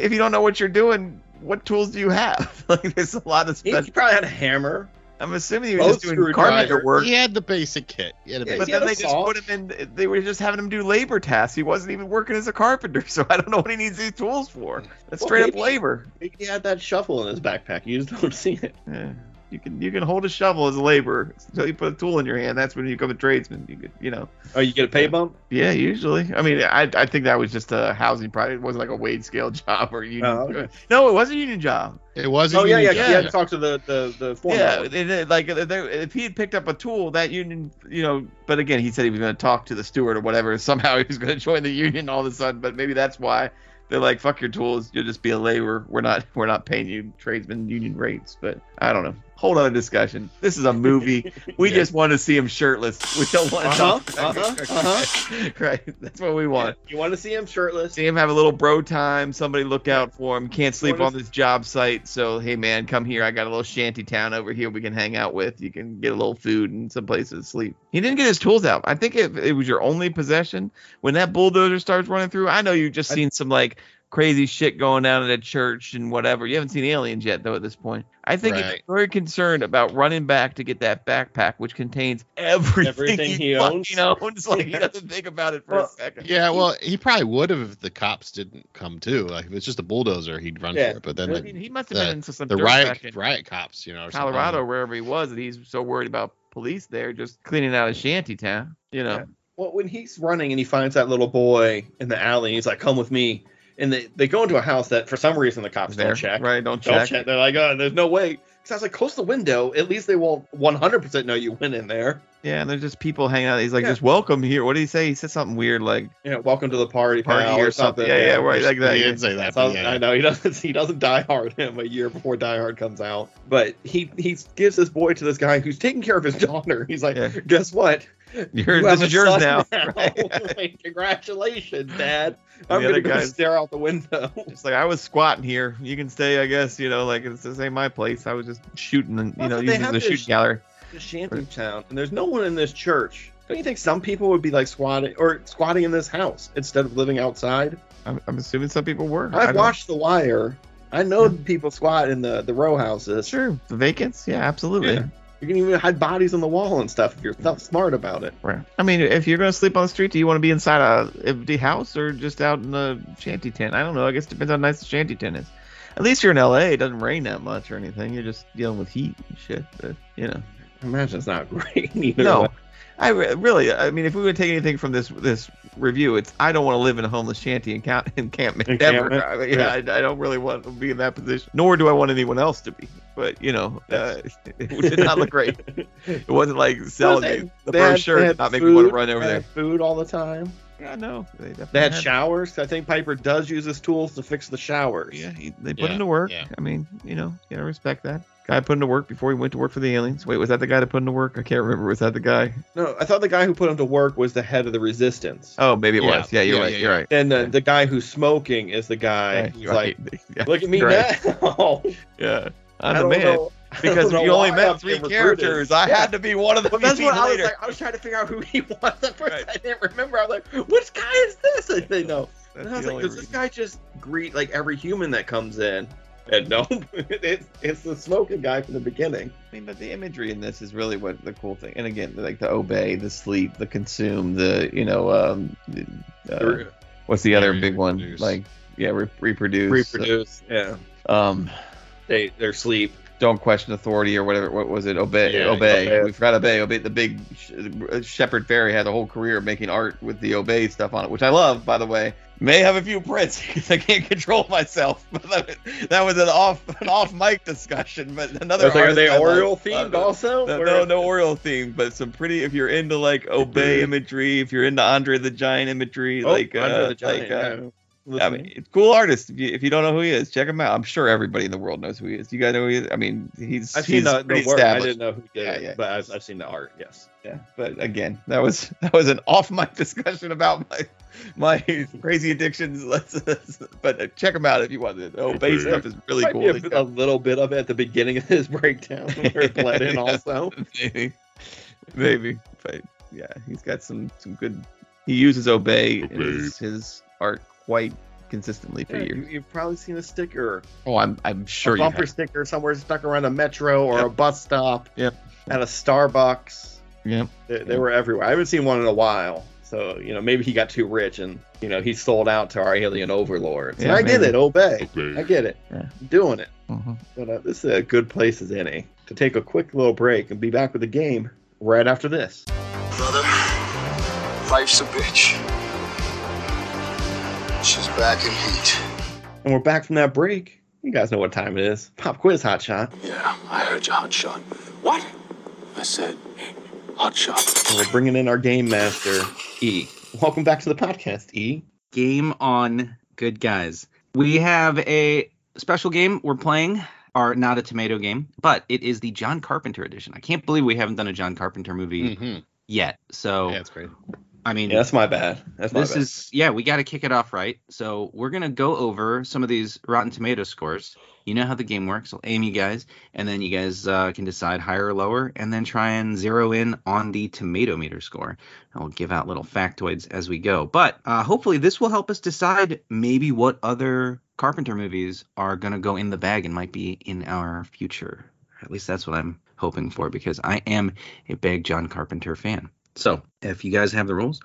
B: if you don't know what you're doing, what tools do you have? like, there's a lot of
A: He,
B: special.
A: he probably had a hammer.
B: I'm assuming you're just
A: both
B: doing carpenter
A: screwdriver.
B: work.
C: He had the basic kit. He had a
A: Yeah,
C: basic
B: But
A: he had
B: then
A: a
B: they just
A: saw.
B: put him in. They were just having him do labor tasks. He wasn't even working as a carpenter, so I don't know what he needs these tools for. That's
A: Well,
B: straight up
A: maybe-
B: labor.
A: Maybe he had that shovel in his backpack. You just don't see it.
B: Yeah. You can you can hold a shovel as a laborer until you put a tool in your hand. That's when you become a tradesman. You could you know.
A: Oh, you get a pay bump?
B: Yeah, usually. I mean, I I think that was just a housing project. It wasn't like a wage scale job or union.
A: Oh, okay.
B: No, it was a union job.
C: It wasn't.
A: Oh yeah, yeah.
C: even-
A: yeah. You had to talk to the the the foreman.
B: Yeah, and it- like uh, there- if he had picked up a tool, that union, you know. But again, he said he was going to talk to the steward or whatever. Somehow he was going to join the union all of a sudden. But maybe that's why they're like, "Fuck your tools. You'll just be a laborer. We're not, we're not paying you tradesman union rates." But I don't know. Whole other discussion. This is a movie. We just want to see him shirtless. We don't want to
A: Uh huh. Uh huh. Uh huh.
B: right. That's what we want.
A: You want to see him shirtless?
B: See him have a little bro time. Somebody look out for him. Can't sleep on this job site. So hey man, come here. I got a little shanty town over here we can hang out with. You can get a little food and some place to sleep. He didn't get his tools out. I think if it was your only possession, when that bulldozer starts running through, I know you've just seen some like crazy shit going down at a church and whatever. You haven't seen aliens yet though at this point. I think he's
C: Right.
B: very concerned about running back to get that backpack, which contains everything,
A: Everything he owns.
B: fucking owns. Like he doesn't think about it for
A: Well,
B: a second.
C: Yeah, well, he probably would have if the cops didn't come too. Like if it's just a bulldozer, he'd run
A: Yeah.
C: for it. But then
B: I
C: the,
B: mean, he must have been into some
C: the
B: dirt
C: riot
B: back in
C: riot cops, you know, or something.
B: Colorado, wherever he was, and he's so worried about police there, just cleaning out a shanty town. You know,
A: Yeah. Well, when he's running and he finds that little boy in the alley, he's like, "Come with me." And they, they go into a house that for some reason the cops
B: there,
A: don't check.
B: right? Don't
A: Don't
B: check.
A: check. They're like, "Oh, there's no way." Because I was like, "Close the window. At least they will 100% know you went in there."
B: Yeah, and there's just people hanging out. He's like,
A: Yeah.
B: just welcome here. What did he say? He said something weird, like
A: You know, welcome to the party,
B: party
A: pal,
B: or something. Yeah, yeah, right, like
C: He
B: that.
C: didn't say that.
A: So I,
C: but
A: was-
C: yeah.
A: I know he doesn't. He doesn't Die Hard him a year before Die Hard comes out, but he he gives his boy to this guy who's taking care of his daughter. He's like,
B: Yeah.
A: guess what?
B: You're,
A: You
B: this
A: have a
B: is yours
A: son
B: now.
A: Like, Congratulations, Dad.
B: the
A: I'm
B: other
A: gonna go
B: guy's-
A: stare out the window.
B: It's like I was squatting here. You can stay, I guess. You know, like it's this ain't my place. I was just shooting, and you
A: Well,
B: know,
A: but they
B: using
A: have
B: the
A: to-
B: shooting gallery.
A: The shanty town, and there's no one in this church. Don't you think some people would be like squatting or squatting in this house instead of living outside?
B: I'm, I'm assuming some people were. I
A: I've
B: don't-
A: watched The Wire. I know people squat in the the row houses.
B: Sure, the vacants. Yeah, absolutely.
A: Yeah. You can even hide bodies on the wall and stuff if you're not smart about it.
B: Right. I mean, if you're gonna sleep on the street, do you want to be inside a empty house or just out in a shanty tent? I don't know. I guess it depends how nice the shanty tent is. At least you're in LA. It doesn't rain that much or anything. You're just dealing with heat and shit. But you know,
A: I imagine it's not great either.
B: no. I re- really. I mean, if we would take anything from this this review, it's I don't want to live in a homeless shanty encou- encampment, ever.
A: Encampment,
B: I mean, yeah, I, I don't really want to be in that position. Nor do I want anyone else to be. But you know, uh, it did not look great. It wasn't like selling
A: they-
B: me the
A: they had-
B: brochure
A: they
B: did
A: had
B: not make me want
A: food,
B: to run over
A: they
B: there.
A: had Food all the time.
B: I know. They, definitely
A: They had
B: had-
A: showers. I think Piper does use his tools to fix the showers.
C: Yeah, he-
B: They put
C: Yeah,
B: in into work.
C: yeah.
B: I mean, you know, you gotta respect that. Guy put into work before he went to work for the aliens. Wait, was that the guy that put into work? I can't remember. Was that the guy?
A: No, I thought the guy who put him to work was the head of the resistance.
B: Oh, maybe it
C: Yeah,
B: was. Yeah, you're
C: yeah,
B: right.
C: yeah,
B: you're right.
A: And the,
B: yeah.
A: the guy who's smoking is the guy
B: Right,
A: who's
B: you're right.
A: like, look at me
B: you're right.
A: now.
B: Yeah.
A: I
B: I'm the
A: don't
B: man.
A: know- I don't
B: Because
A: know
B: you only
A: why
B: met
A: I'm
B: three
A: being recruited.
B: characters. I had to be one of the
A: Well, that's
B: 15
A: what I was
B: later.
A: like. I was trying to figure out who he was at first.
B: Right.
A: I didn't remember. I was like, which guy is this? I didn't know.
B: That's
A: and I was
B: the
A: like,
B: only
A: does this
B: reason.
A: guy just greet like every human that comes in? And no, it's, it's the smoking guy from the beginning.
B: I mean, but the imagery in this is really what the cool thing. And again, like the obey, the sleep, the consume, the you know, um, the, uh, what's the
C: Yeah,
B: other big one?
C: reproduce.
B: Like, yeah, re- reproduce.
A: Reproduce. Yeah.
B: Um,
A: They their sleep.
B: don't question authority or whatever. What was it? Obey.
C: Yeah,
B: obey.
A: obey.
B: We forgot obey. Obey. The big sh- uh, Shepherd Fairy had a whole career making art with the obey stuff on it, which I love, by the way. May have a few prints because I can't control myself. But that, that was an off an off mic discussion. But another.
A: It's like, are
B: artist
A: they
B: I like-
A: Oriole themed
B: Uh,
A: also?
B: no,
A: Or-
B: no, no Oriole theme, but some pretty. If you're into like obey imagery, if you're into Andre the Giant imagery,
A: Oh,
B: like
A: Andre
B: uh,
A: the Giant,
B: like, uh,
A: yeah.
B: I mean, it's cool artist. If you, if you don't know who he is, check him out. I'm sure everybody in the world knows who he is. You guys know who he is. I mean, he's
A: I've seen
B: he's
A: the,
B: pretty
A: the work. I
B: established.
A: didn't know who did
B: Yeah,
A: it,
B: yeah.
A: but I've, I've seen the art. Yes.
B: Yeah, but again, that was that was an off mic discussion about my my crazy addictions. Let's, but uh, check him out if you want it. The Obey stuff is really
A: Might be
B: cool.
A: a bit- a, little bit of it at the beginning of his breakdown where it bled in
B: Yeah.
A: also.
B: maybe, maybe, but yeah, he's got some some good. he- He uses obey, in
C: Obey.
B: his, his art quite consistently for
A: Yeah, you,
B: years.
A: you've probably seen a sticker,
B: Oh, I'm I'm sure
A: a
B: you
A: bumper
B: have.
A: sticker somewhere stuck around a metro or
B: Yep.
A: a bus stop.
B: Yep.
A: At a Starbucks.
B: Yep.
A: They, they were everywhere. I haven't seen one in a while. So, you know, maybe he got too rich and, you know, he sold out to our alien overlord. So
B: Yeah,
A: I get
B: maybe.
A: it. Obey. I
C: Obey.
A: get it.
B: Yeah.
A: I'm doing it.
B: Mhm.
A: But uh, this is a good place as any to take a quick little break and be back with the game right after this.
H: Brother, life's a bitch. She's back in heat.
A: And we're back from that break. You guys know what time it is. Pop quiz, hot shot.
H: Yeah, I heard you, hot shot.
I: What?
H: I said, hot shot.
A: And we're bringing in our game master, E. Welcome back to the podcast, E.
J: game on good guys we have a special game we're playing or not a tomato game but it is the john carpenter edition i can't believe we haven't done a john carpenter movie
C: Mm-hmm. Yeah,
J: yet so
C: that's crazy.
J: i mean
A: Yeah, that's my bad. That's my
J: this
A: bad.
J: is yeah we got to kick it off right so we're gonna go over some of these rotten tomato scores you know how the game works i'll aim you guys and then you guys uh, can decide higher or lower and then try and zero in on the tomato meter score i'll give out little factoids as we go but uh, hopefully this will help us decide maybe what other carpenter movies are gonna go in the bag and might be in our future at least that's what i'm hoping for because i am a big john carpenter fan so if you guys have the rules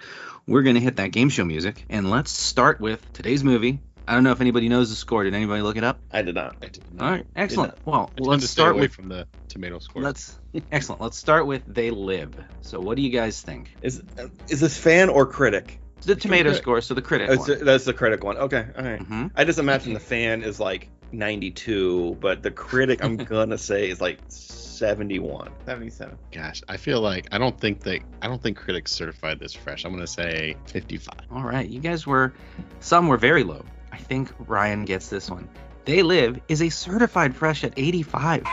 J: we're going to hit that game show music and let's start with today's movie. I don't know if anybody knows the score. Did anybody look it up?
A: I did not.
C: I did
J: All
C: not.
J: right, excellent.
A: not.
J: Well,
C: I tend
J: let's
C: to stay
J: start
C: away
J: with
C: from the tomato score.
J: let's excellent. Let's start with They Live. So what do you guys think?
A: Is is this fan or critic?
J: It's the tomato
C: critic.
J: score, so the critic
A: Oh, it's-
J: one.
A: that's the critic one. Okay, all right.
J: hmm
A: I just imagine the fan is like 92, but the critic I'm gonna say is like 71.
B: Seventy-seven.
C: Gosh, I feel like I don't think they I don't think critics certified this fresh. I'm gonna say 55.
J: All right, you guys were some were very low. I think Ryan gets this one. They Live is a certified fresh at 85.
I: The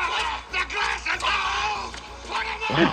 I: glass is off!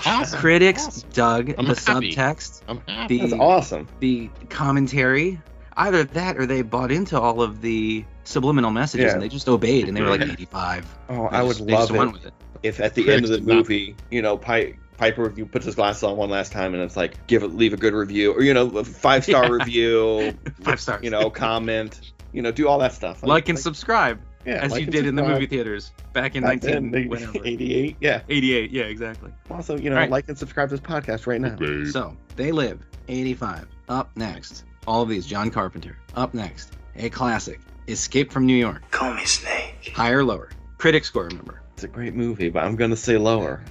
C: awesome.
J: Critics dug
C: I'm
J: the
C: happy.
J: subtext,
C: I'm happy.
J: the
A: That's awesome.
J: the commentary. Either that or they bought into all of the subliminal messages
A: Yeah.
J: and they just obeyed and they were like
C: Yeah.
J: 85.
A: Oh,
J: They
A: I would
J: just- they just
A: love
J: went
A: it
J: with it.
A: if at the end
C: Critics
A: of the
C: did not-
A: movie, you know, Pi- Piper you puts his glasses on one last time and it's like give it leave a good review or you know five star
J: Yeah.
A: review,
J: Five stars.
A: you know comment, you know do all that stuff.
J: like and subscribe
A: yeah,
J: as
A: like
J: you
A: and
J: did in the
A: subscribe.
J: movie theaters back in
A: Back
J: 19
A: then,
J: whenever.
A: they- 88. Yeah.
J: 88. Yeah, exactly.
A: Also, you know,
J: All right.
A: like and subscribe to this podcast right now.
J: So, They Live 85. Up next, all of these John Carpenter. Up next, a classic, Escape from New York.
H: Call me Snake.
J: Higher lower. Critic score remember.
A: It's a great movie, but I'm gonna say lower.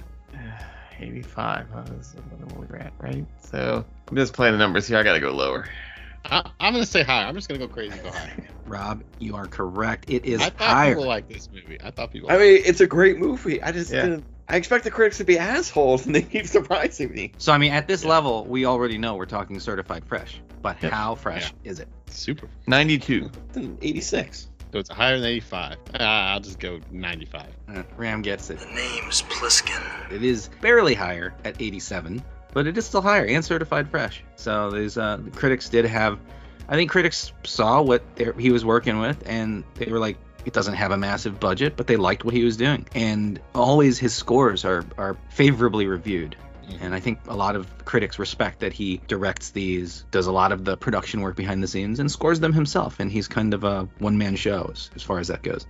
B: Eighty-five. Huh? That's another one we're at, right? So I'm just playing the numbers here. I gotta go lower.
C: I, I'm gonna say high. I'm just gonna go crazy. and Go high.
J: Rob, you are correct. It is
C: I thought
J: higher.
C: people liked this movie. I thought people.
A: I mean, it's a great movie. I just
B: Yeah.
A: didn't. I expect the critics to be assholes, and they keep surprising me.
J: So I mean, at this level, we already know we're talking certified fresh, but
C: Yep.
J: how fresh is it?
C: liked it. super.
B: Ninety-two.
A: It's an 86.
C: So it's higher than 85. Ah, I'll just go 95.
J: Uh, Ram gets it.
H: The name's Pliskin.
J: It is barely higher at 87, but it is still higher and certified fresh. So these uh, the critics did have, I think critics saw what their- he was working with, and they were like, it doesn't have a massive budget, but they liked what he was doing, and always his scores are are favorably reviewed. And I think a lot of critics respect that he directs these, does a lot of the production work behind the scenes, and scores them himself. And he's kind of a one man show as, as far as that goes.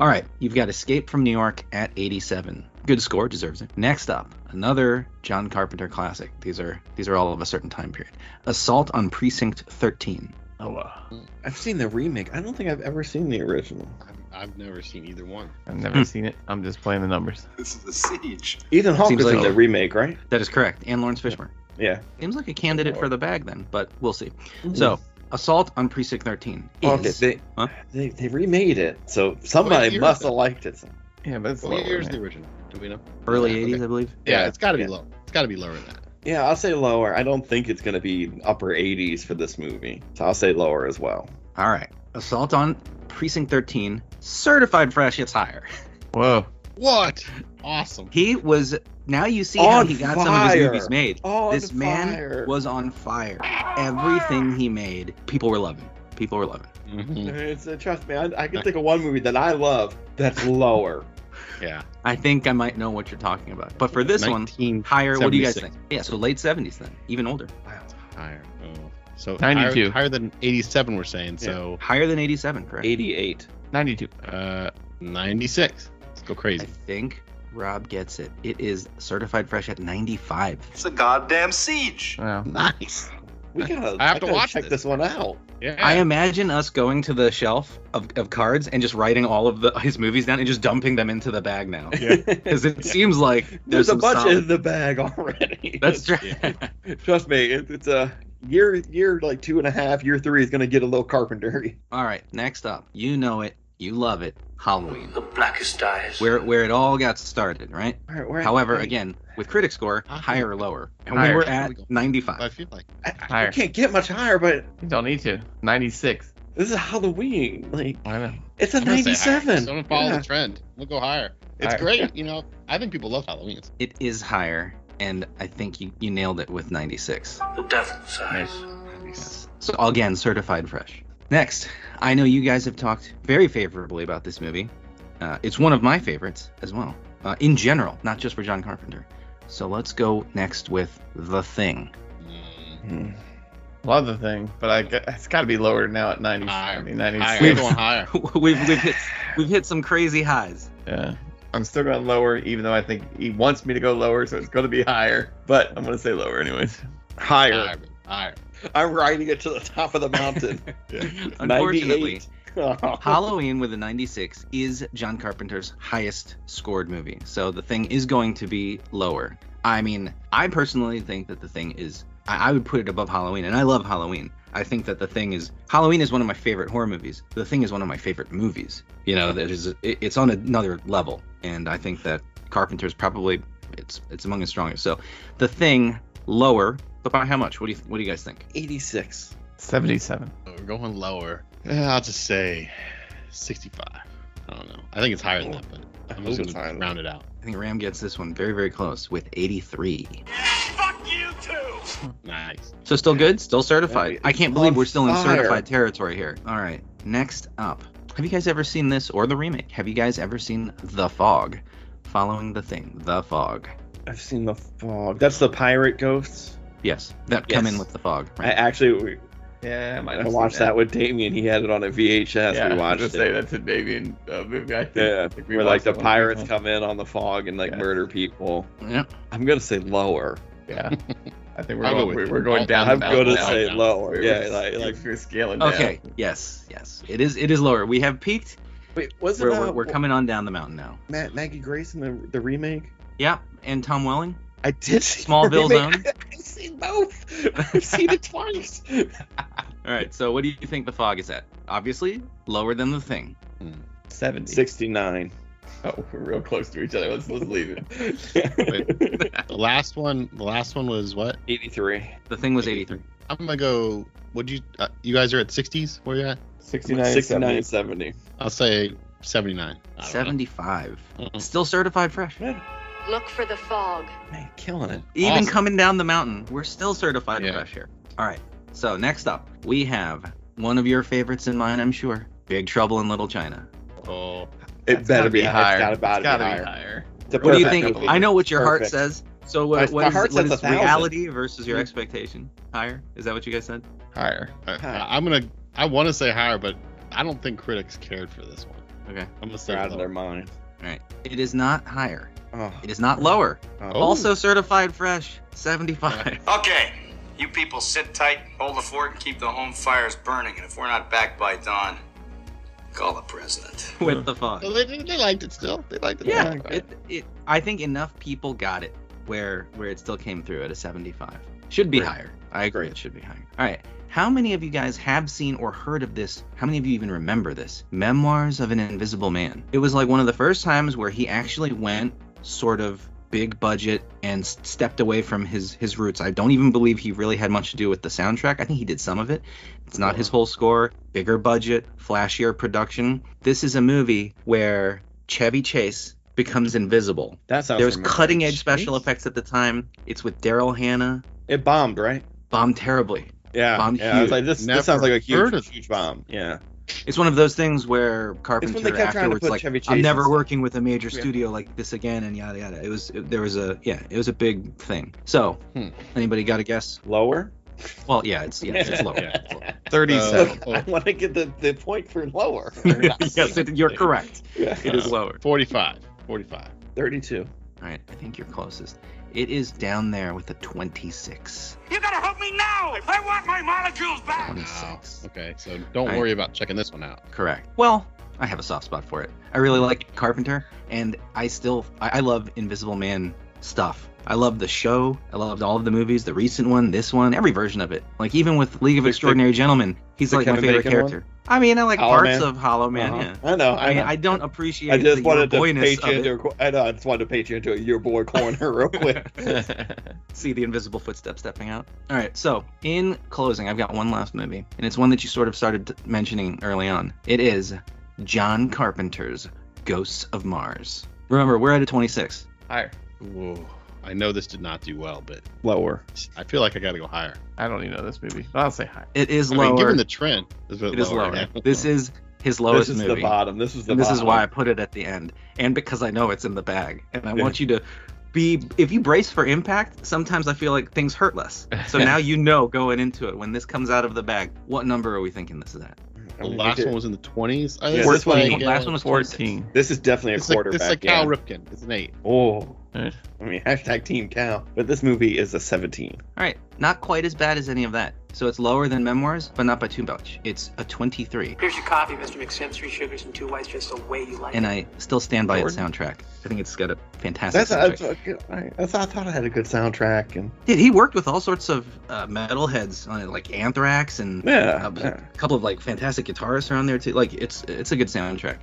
J: All right, you've got Escape from New York at 87. Good score, deserves it. Next up, another John Carpenter classic. These are these are all of a certain time period. Assault on Precinct 13.
B: Oh, wow.
A: I've seen the remake. I don't think I've ever seen the original.
C: I've, I've never seen either one.
B: I've never seen it. I'm just playing the numbers.
F: This is the siege.
A: Ethan Hawke
J: Seems
A: was in
J: like-
A: the remake, right?
J: That is correct. And Lawrence Fishburne.
A: Yeah.
J: Seems like a candidate for the bag then, but we'll see. So, Assault on Precinct 13
A: Hawke,
J: is
A: they,
J: Huh?
A: they they remade it, so somebody
C: year
A: must
C: is it?
A: have liked it.
B: Yeah, but it's
C: What year
B: lower.
C: is the
B: man.
C: original? Do we know?
J: early
C: Yeah,
J: 80s,
C: okay.
J: I believe.
C: Yeah,
A: Yeah,
C: it's got to be
A: yeah.
C: low. It's got to be lower than that.
A: Yeah, I'll say lower. I don't think it's gonna be upper 80s for this movie, so I'll say lower as well.
J: All right. Assault on Precinct 13, certified fresh, it's higher.
B: Whoa.
C: What? Awesome.
J: He was, now you see how
A: On
J: he got some of his
A: fire.
J: movies made.
A: Oh,
J: this man was on fire. Everything he made, people were loving. People were loving.
C: Mhm.
A: It's, uh, trust me, I, I can think of one movie that I love that's lower.
C: Yeah.
J: I think I might know what you're talking about. But for this one, higher. What do you guys think?
C: 1976.
J: Yeah, so late 70s then, even older.
C: Wow. Higher. Oh. So Higher,
B: 92.
C: higher than 87, we're saying. So
J: Higher than 87, correct?
A: 88.
B: 92.
C: uh, 96. Let's go
J: I
C: crazy.
J: think Rob gets it. It is certified fresh at 95.
I: It's a goddamn siege.
B: Wow.
C: Nice.
A: We gotta.
C: I have to
A: gotta
C: watch
A: check
C: this.
A: this one out.
C: Yeah.
J: I imagine us going to the shelf of, of cards and just writing all of the, his movies down and just dumping them into the bag now. Because it seems like there's,
A: There's a
J: some
A: bunch
J: solid-
A: in the bag already.
J: That's true.
A: Trust me, it, it's a year year like two and a half, year three is gonna get a little carpenter.
J: all right, next up. You know it. You love it. Halloween.
I: The blackest eyes.
J: Where where it all got started, right?
A: All right, we're at-
J: However, again, with critic score,
C: Ah.
J: higher or lower. And we
B: Higher.
J: were
C: There
J: at
C: we go. I
J: 95.
C: feel like
A: I, I
B: Higher.
A: can't get much higher, but
B: You don't need to. 96.
A: this is Halloween. Like
B: I know.
A: it's a
C: I'm gonna say higher.
A: 97.
C: So I'm gonna follow
A: Yeah.
C: the trend. We'll go higher. It's
A: Higher.
C: great. You know, I think people love Halloween. It's
J: It is higher, and I think you, you nailed it with 96.
I: The devil's eyes.
J: Yes. So again, certified fresh. Next, I know you guys have talked very favorably about this movie. Uh, it's one of my favorites as well, uh, in general, not just for John Carpenter. So let's go next with The Thing.
C: mm,
B: Love the thing, but I gu- it's got to be lower now at 90. I
C: higher.
B: mean,
C: Uh, higher.
B: 96.
C: We're going higher.
J: we've, we've hit we've hit some crazy highs.
B: Yeah. I'm still going lower, even though I think he wants me to go lower, so it's going to be higher. But I'm going to say lower anyways.
A: higher.
C: Higher. higher.
A: I'm riding it to the top of the mountain.
J: Unfortunately,
A: 98. Oh.
J: Halloween with a 96 is John Carpenter's highest scored movie. So the thing is going to be lower. I mean, I personally think that the thing is I, I would put it above Halloween and I love Halloween. I think that the thing is Halloween is one of my favorite horror movies. The thing is one of my favorite movies. You know, there's it, it's on another level and I think that Carpenter's probably it's it's among his strongest. So the thing lower but by how much? What do you what do you guys think?
A: 86.
B: 77.
C: We're going lower. Yeah, I'll just say 65. I don't know. I think it's higher than that, but
A: I
C: I'm
A: hope
C: just
A: it's
C: gonna
A: higher.
C: round it out.
J: I think Ram gets this one very very close with 83.
I: Fuck you too.
C: Nice.
J: So still good, still certified.
A: Yeah,
J: I can't
A: it's
J: believe
A: on
J: we're still in
A: fire.
J: certified territory here. All right, next up, have you guys ever seen this or the remake? Have you guys ever seen The Fog? Following the thing, The Fog.
A: I've seen the fog. That's the pirate ghosts.
J: Yes, that come in
A: Yes.
J: with The Fog.
A: I
J: Right?
A: actually we-
B: Yeah, I might
A: I
B: have seen
A: watched that. with Damien. He had it on a VHS.
B: yeah,
A: we
B: I was
A: watched
B: gonna
A: it.
B: say that's a Damien uh, movie. I think.
A: yeah,
B: Like, we
A: where like
B: watched
A: the
B: that one.
A: pirates come in on the fog and like
B: Yeah.
A: murder people.
J: Yep.
A: I'm gonna say lower.
B: Yeah. I think we're
C: I'll go
B: going,
C: with
B: we're,
C: you.
B: we're going
C: I'll-
B: down.
A: I'm
B: the
A: gonna
B: mountain
A: say
C: down.
B: now.
A: lower.
B: We're-
A: Yeah,
B: we're-
A: like like
B: we're scaling down.
J: Okay. Yes. Yes. It is. It is lower. We have peaked.
A: wait, was
J: We're, we're, we're coming on down the mountain now.
A: Matt Maggie Grace in the the remake?
J: Yeah. And Tom Welling.
A: I did see
J: Smallville
A: the
J: Zone.
A: remake. I've seen both. I've seen it twice.
J: All right. So what do you think The Fog is at? Obviously lower than The Thing.
B: 70.
A: Sixty nine.
B: Oh, we're real close to each other. Let's, let's leave it.
C: The last one. The last one was what?
A: Eighty three.
J: The Thing was 83.
C: I'm gonna go. Would you? Uh, you guys are at 60s. Where you at?
B: 69,
A: 69
B: 70.
A: 70.
C: I'll say 79. I don't know. Hmm.
J: 75.
C: Mm-mm.
J: Still certified fresh.
K: Look for the fog.
A: Man, killing it.
J: Even
C: Awesome.
J: coming down the mountain, we're still certified
C: Yeah.
J: fresh here. All right. So next up, we have one of your favorites and mine, I'm sure. Big Trouble in Little China.
C: Oh,
A: It
B: That's
A: better
B: gotta
A: be, higher.
B: higher.
A: It's gotta,
B: It's
A: be
B: gotta be
A: higher.
B: higher.
A: It's a
J: What do you
A: perfect
J: think?
A: movie.
J: I know what your heart
A: Perfect.
J: says. So
A: My-
J: what,
A: my
J: what is,
A: heart
J: what
A: says
J: is
A: 1,000.
J: reality versus your expectation? Higher? Is that what you guys said?
B: Higher.
C: I,
A: Higher.
C: I- I'm gonna. I want to say higher, but I don't think critics cared for this one.
J: Okay.
C: I'm gonna say
A: They're out of
C: lower.
A: their mind.
J: All right. It is not higher.
A: Oh,
J: It is not lower.
A: oh.
J: Also certified fresh, 75.
I: Okay, you people sit tight, hold the fort, and keep the home fires burning. And if we're not back by dawn, call the president.
J: with the fog.
C: Well, they, they liked it still. They liked it. Uh,
J: Yeah,
C: Okay.
J: it, it. I think enough people got it where where it still came through at a 75. Should be
A: Great.
J: higher. I agree.
A: Great.
J: It should be higher. All right. How many of you guys have seen or heard of this? How many of you even remember this? Memoirs of an Invisible Man. It was like one of the first times where he actually went sort of big budget and s- stepped away from his his roots. I don't even believe he really had much to do with the soundtrack. I think he did some of it. It's not his whole score. Bigger budget, flashier production. This is a movie where Chevy Chase becomes invisible.
A: that sounds
J: There was
A: familiar.
J: cutting edge special
A: Jeez.
J: effects at the time. It's with Daryl Hannah.
A: It bombed, right?
J: Bombed terribly.
A: Yeah.
J: Bombed
A: yeah. I was
J: huge.
A: like, this,
C: Never
A: this sounds like a
C: heard
A: huge,
C: of
A: huge bomb. Yeah.
J: It's one of those things where Carpenter
A: they kept trying to
J: afterwards
A: put
J: like
A: Chevy Chase
J: I'm
A: and
J: never
A: stuff.
J: working with a major
A: Yeah.
J: studio like this again and yada yada. It was it- there was a yeah, it was a big thing. So,
C: Hmm.
J: anybody got a guess?
A: Lower?
J: Well, yeah, it's yeah, it's lower. It's lower.
A: Look,
C: oh,
A: I want to get the, the point for lower.
J: yes, it, you're correct.
A: Yeah.
J: It is lower.
C: 45. 45.
A: 32.
J: All right, I think you're closest. It is down there with a 26.
G: You gotta help me now! I want my molecules back!
J: 26.
C: Okay, so don't
J: All right.
C: worry about checking this one out.
J: Correct. Well, I have a soft spot for it. I really like Carpenter, and I still I, I love Invisible Man stuff. I love the show. I loved all of the movies, the recent one, this one, every version of it. Like even with League of Extraordinary Gentlemen, he's
A: the
J: like
A: Kevin
J: my favorite
A: Bacon
J: character. I mean, I like
A: Hollow
J: parts
A: Man?
J: of Hollow Man.
A: Uh-huh.
J: Yeah.
A: I know. I,
J: I,
A: know.
J: I don't appreciate.
A: I just
J: the
A: wanted to
J: boyness
A: page
J: of
A: you
J: it.
A: into. A, qu- I know. I just wanted to page you into a your boy corner real quick.
J: See the invisible footstep stepping out. All right, so in closing, I've got one last movie, and it's one that you sort of started t- mentioning early on. It is John Carpenter's Ghosts of Mars. Remember, we're at a 26.
B: Higher.
C: Whoa. I know this did not do well, but
A: Lower.
C: I feel like I got to go higher.
B: I don't even know this movie. I'll say higher.
J: It is
C: I
J: lower.
C: mean, given the trend, it's a bit
J: it is
C: lower.
J: lower. This is his lowest
A: this is the
J: movie.
A: bottom. This is the.
J: and this is
A: bottom.
J: why I put it at the end, and because I know it's in the bag, and I
A: Yeah.
J: want you to be. If you brace for impact, sometimes I feel like things hurt less. So now you know going into it when this comes out of the bag, what number are we thinking this is at?
C: The
A: I mean, we
C: last
A: did-
C: one was in the 20s. I
A: Yeah,
C: think
A: this
C: it's like,
A: one-
C: uh,
J: last one was 14.
B: 14.
A: This is definitely a
C: It's like,
A: quarterback.
C: it's like
A: yeah.
C: Cal Ripken. It's an 8.
A: Oh,
B: Alright.
A: I mean, hashtag Team Cal. But this movie is a 17.
J: All right, not quite as bad as any of that. So it's lower than Memoirs, but not by too much. It's a 23,
L: Here's your copy, Mr. McSimms. Three sugars and two whites, just the way you like
J: and
L: it.
J: I still stand by its soundtrack. I think it's got a fantastic
A: That's, that's
J: soundtrack.
A: a good- I, I thought I thought it had a good soundtrack and
J: Dude, he worked with all sorts of uh, metalheads on it, like Anthrax and
A: yeah,
J: a b-
A: yeah.
J: couple of like fantastic guitarists around there too. Like it's it's a good soundtrack.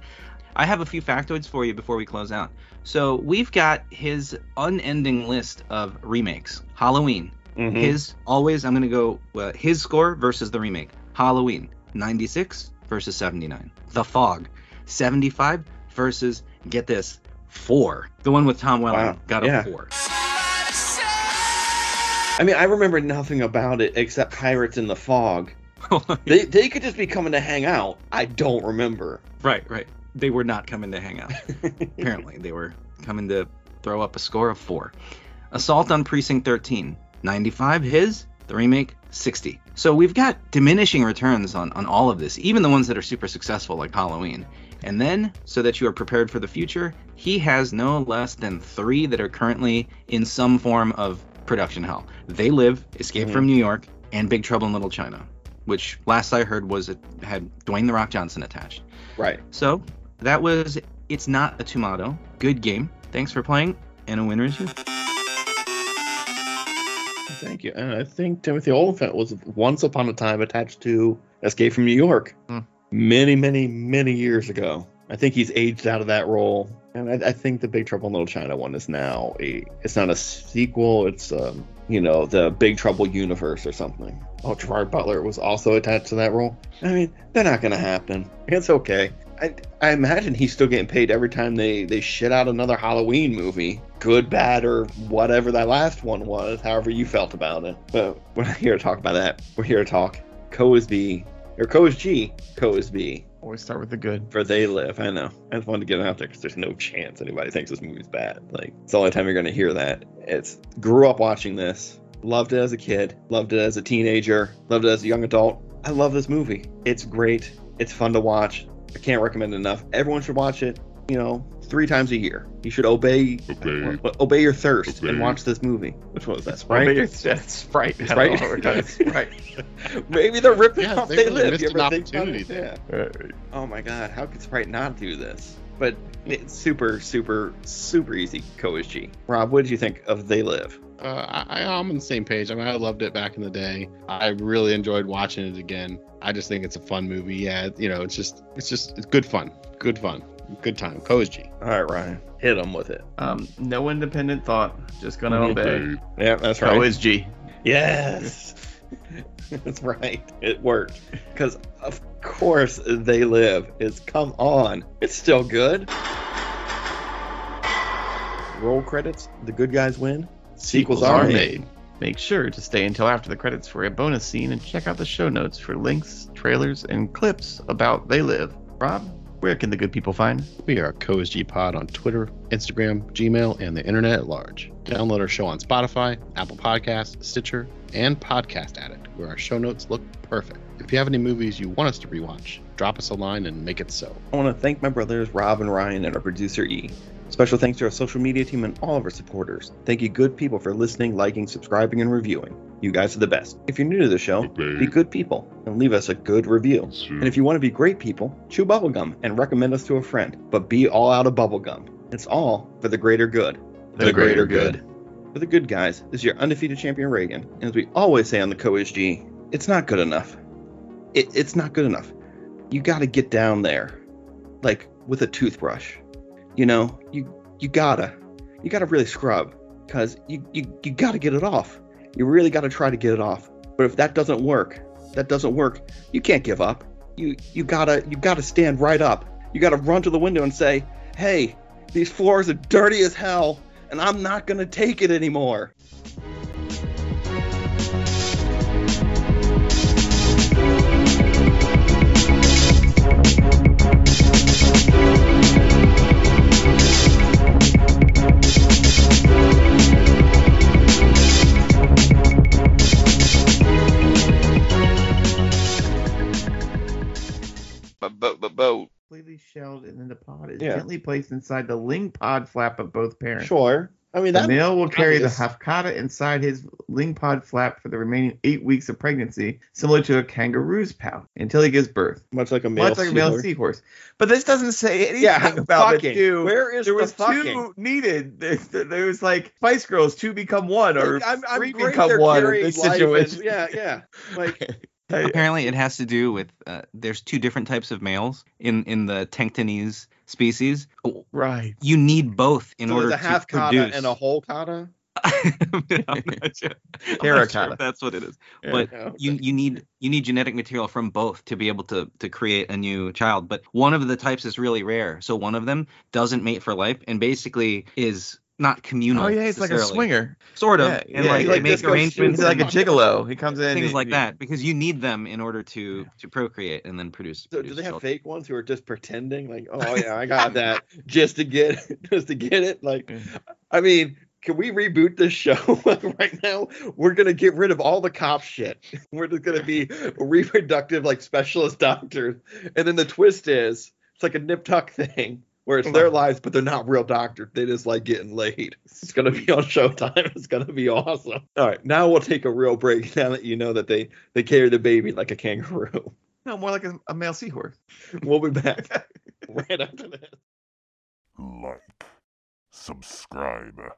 J: I have a few factoids for you before we close out. So we've got his unending list of remakes. Halloween,
A: Mhm.
J: his always. I'm gonna go uh, his score versus the remake. Halloween, 96 versus 79. The Fog, 75 versus get this four. The one with Tom Welling
A: Wow,
J: got a
A: yeah.
J: four.
A: I mean, I remember nothing about it except Pirates in the Fog. They they could just be coming to hang out. I don't remember.
J: Right, right. They were not coming to hang out. Apparently, they were coming to throw up a score of four. Assault on Precinct 13, 95 his, the remake, 60. So we've got diminishing returns on, on all of this, even the ones that are super successful, like Halloween. And then, so that you are prepared for the future, he has no less than three that are currently in some form of production hell. They Live, Escape from New York, and Big Trouble in Little China, which last I heard was it had Dwayne The Rock Johnson attached.
A: Right.
J: So that was It's Not a Tomato. Good game. Thanks for playing. And a winner is you.
A: Thank you. And I think Timothy Oliphant was once upon a time attached to Escape from New York
B: Hmm.
A: many, many, many years ago. I think he's aged out of that role. And I, I think the Big Trouble in Little China one is now a. It's not a sequel. It's um, you know, the Big Trouble universe or something. Oh, Gerard Butler was also attached to that role. I mean, they're not gonna happen. It's okay. I, I imagine he's still getting paid every time they, they shit out another Halloween movie, good, bad, or whatever that last one was, however you felt about it. But we're not here to talk about that. We're here to talk Co is B, or Co is G, Co is B,
B: Always start with the good.
A: for They Live. I know. I just wanted to get it out there because there's no chance anybody thinks this movie's bad. Like, it's the only time you're going to hear that. It's grew up watching this, loved it as a kid, loved it as a teenager, loved it as a young adult. I love this movie. It's great. It's fun to watch. I can't recommend it enough. Everyone should watch it, you know, three times a year. You should obey
C: Obey.
A: obey your thirst
C: Obey.
A: and watch this movie. Which one was that?
B: Right?
A: Sprite?
B: that's Sprite. I don't
A: Sprite?
B: know what we're doing. Sprite.
A: Maybe they're ripping
C: Yeah,
A: off
C: they
A: they,
C: really
A: live.
C: missed
A: You
C: an
A: ever think about it?
C: opportunity there.
B: Uh,
A: Oh my god, how could Sprite not do this? But it's super, super, super easy, Koichi. Rob, what did you think of They Live?
C: Uh, I, I'm on the same page. I mean, I loved it back in the day. I really enjoyed watching it again. I just think it's a fun movie. Yeah, you know, it's just, it's just, it's good fun. Good fun. Good time. Koji.
A: All right, Ryan, hit him with it.
B: um, no independent thought. Just gonna obey.
A: Yeah, that's right.
B: Pro is G.
A: Yes. That's right. It worked. Because, of course, They Live is come on. It's still good. Roll credits. The good guys win. Sequels are made.
B: Make sure to stay until after the credits for a bonus scene and check out the show notes for links, trailers, and clips about They Live. Rob, where can the good people find?
C: We are Koji Pod on Twitter, Instagram, Gmail, and the internet at large. Download our show on Spotify, Apple Podcasts, Stitcher, and Podcast Addict, where our show notes look perfect. If you have any movies you want us to rewatch, drop us a line and make it so.
A: I want to thank my brothers Rob and Ryan and our producer E. Special thanks to our social media team and all of our supporters. Thank you, good people, for listening, liking, subscribing, and reviewing. You guys are the best. If you're new to the show, be good people and leave us a good review. And if you want to be great people, chew bubblegum and recommend us to a friend, but be all out of bubblegum. It's all for the greater good.
C: The greater good.
A: For the good guys, this is your undefeated champion Reagan. And as we always say on the CoSG, it's not good enough. It, it's not good enough. You got to get down there, like with a toothbrush. You know, you you gotta, you gotta really scrub, cause you you, you gotta get it off. You really gotta try to get it off. But if that doesn't work, that doesn't work. You can't give up. You you gotta you gotta stand right up. You gotta run to the window and say, Hey, these floors are dirty as hell, and I'm not gonna take it anymore.
B: Boat, boat, boat. Completely shelled and then the pod is
A: Yeah.
B: gently placed inside the ling pod flap of both parents.
A: Sure. I mean,
B: the
A: that-
B: male will carry
A: obvious.
B: the hafkata inside his ling pod flap for the remaining eight weeks of pregnancy, similar to a kangaroo's pouch, until he gives birth.
A: Much like a
B: Much like a male seahorse. But this doesn't say anything
A: Yeah,
B: about
A: fucking.
B: the two.
A: Where is
B: there
A: the
B: was
A: fucking?
B: two needed. There, there was like Spice Girls, two become one, or
A: I'm, I'm
B: 3
A: great
B: become
A: they're
B: one in
A: carrying
B: this
A: life and-
B: situation.
A: yeah, yeah. Like
J: Apparently, it has to do with uh, there's two different types of males in in the Tenctonese species.
B: Right.
J: You need both in
A: so
J: order
A: there's a half
J: to
A: kata
J: produce.
A: and a whole kata.
J: I'm not sure. I'm not
B: Terracotta.
J: sure if that's what it is.
B: Yeah.
J: But
A: Yeah,
J: you you need you need genetic material from both to be able to to create a new child. But one of the types is really rare, so one of them doesn't mate for life and basically is not communal.
B: Oh yeah, he's like a
J: necessarily.
B: swinger.
J: Sort of.
B: Yeah,
J: and
B: yeah,
J: like
B: he's
J: they
B: like
J: make
B: Disco
J: arrangements.
B: He's like a
J: and
B: gigolo. He comes in
J: Things
B: and-
J: like that because you need them in order to to procreate and then produce.
A: So do
J: produce
A: they have
J: children.
A: fake ones who are just pretending like, oh yeah, I got that just to get just to get it? Like, I mean, can we reboot this show right now? We're gonna get rid of all the cop shit. We're just gonna be reproductive like specialist doctors, and then the twist is it's like a nip tuck thing. Where it's their lives, but they're not real doctors. They just like getting laid. It's gonna be on Showtime. It's gonna be awesome. All right, now we'll take a real break. Now that you know that they they carry the baby like a kangaroo.
B: No, more like a, a male seahorse.
A: We'll be back right after this.
M: Like, subscribe,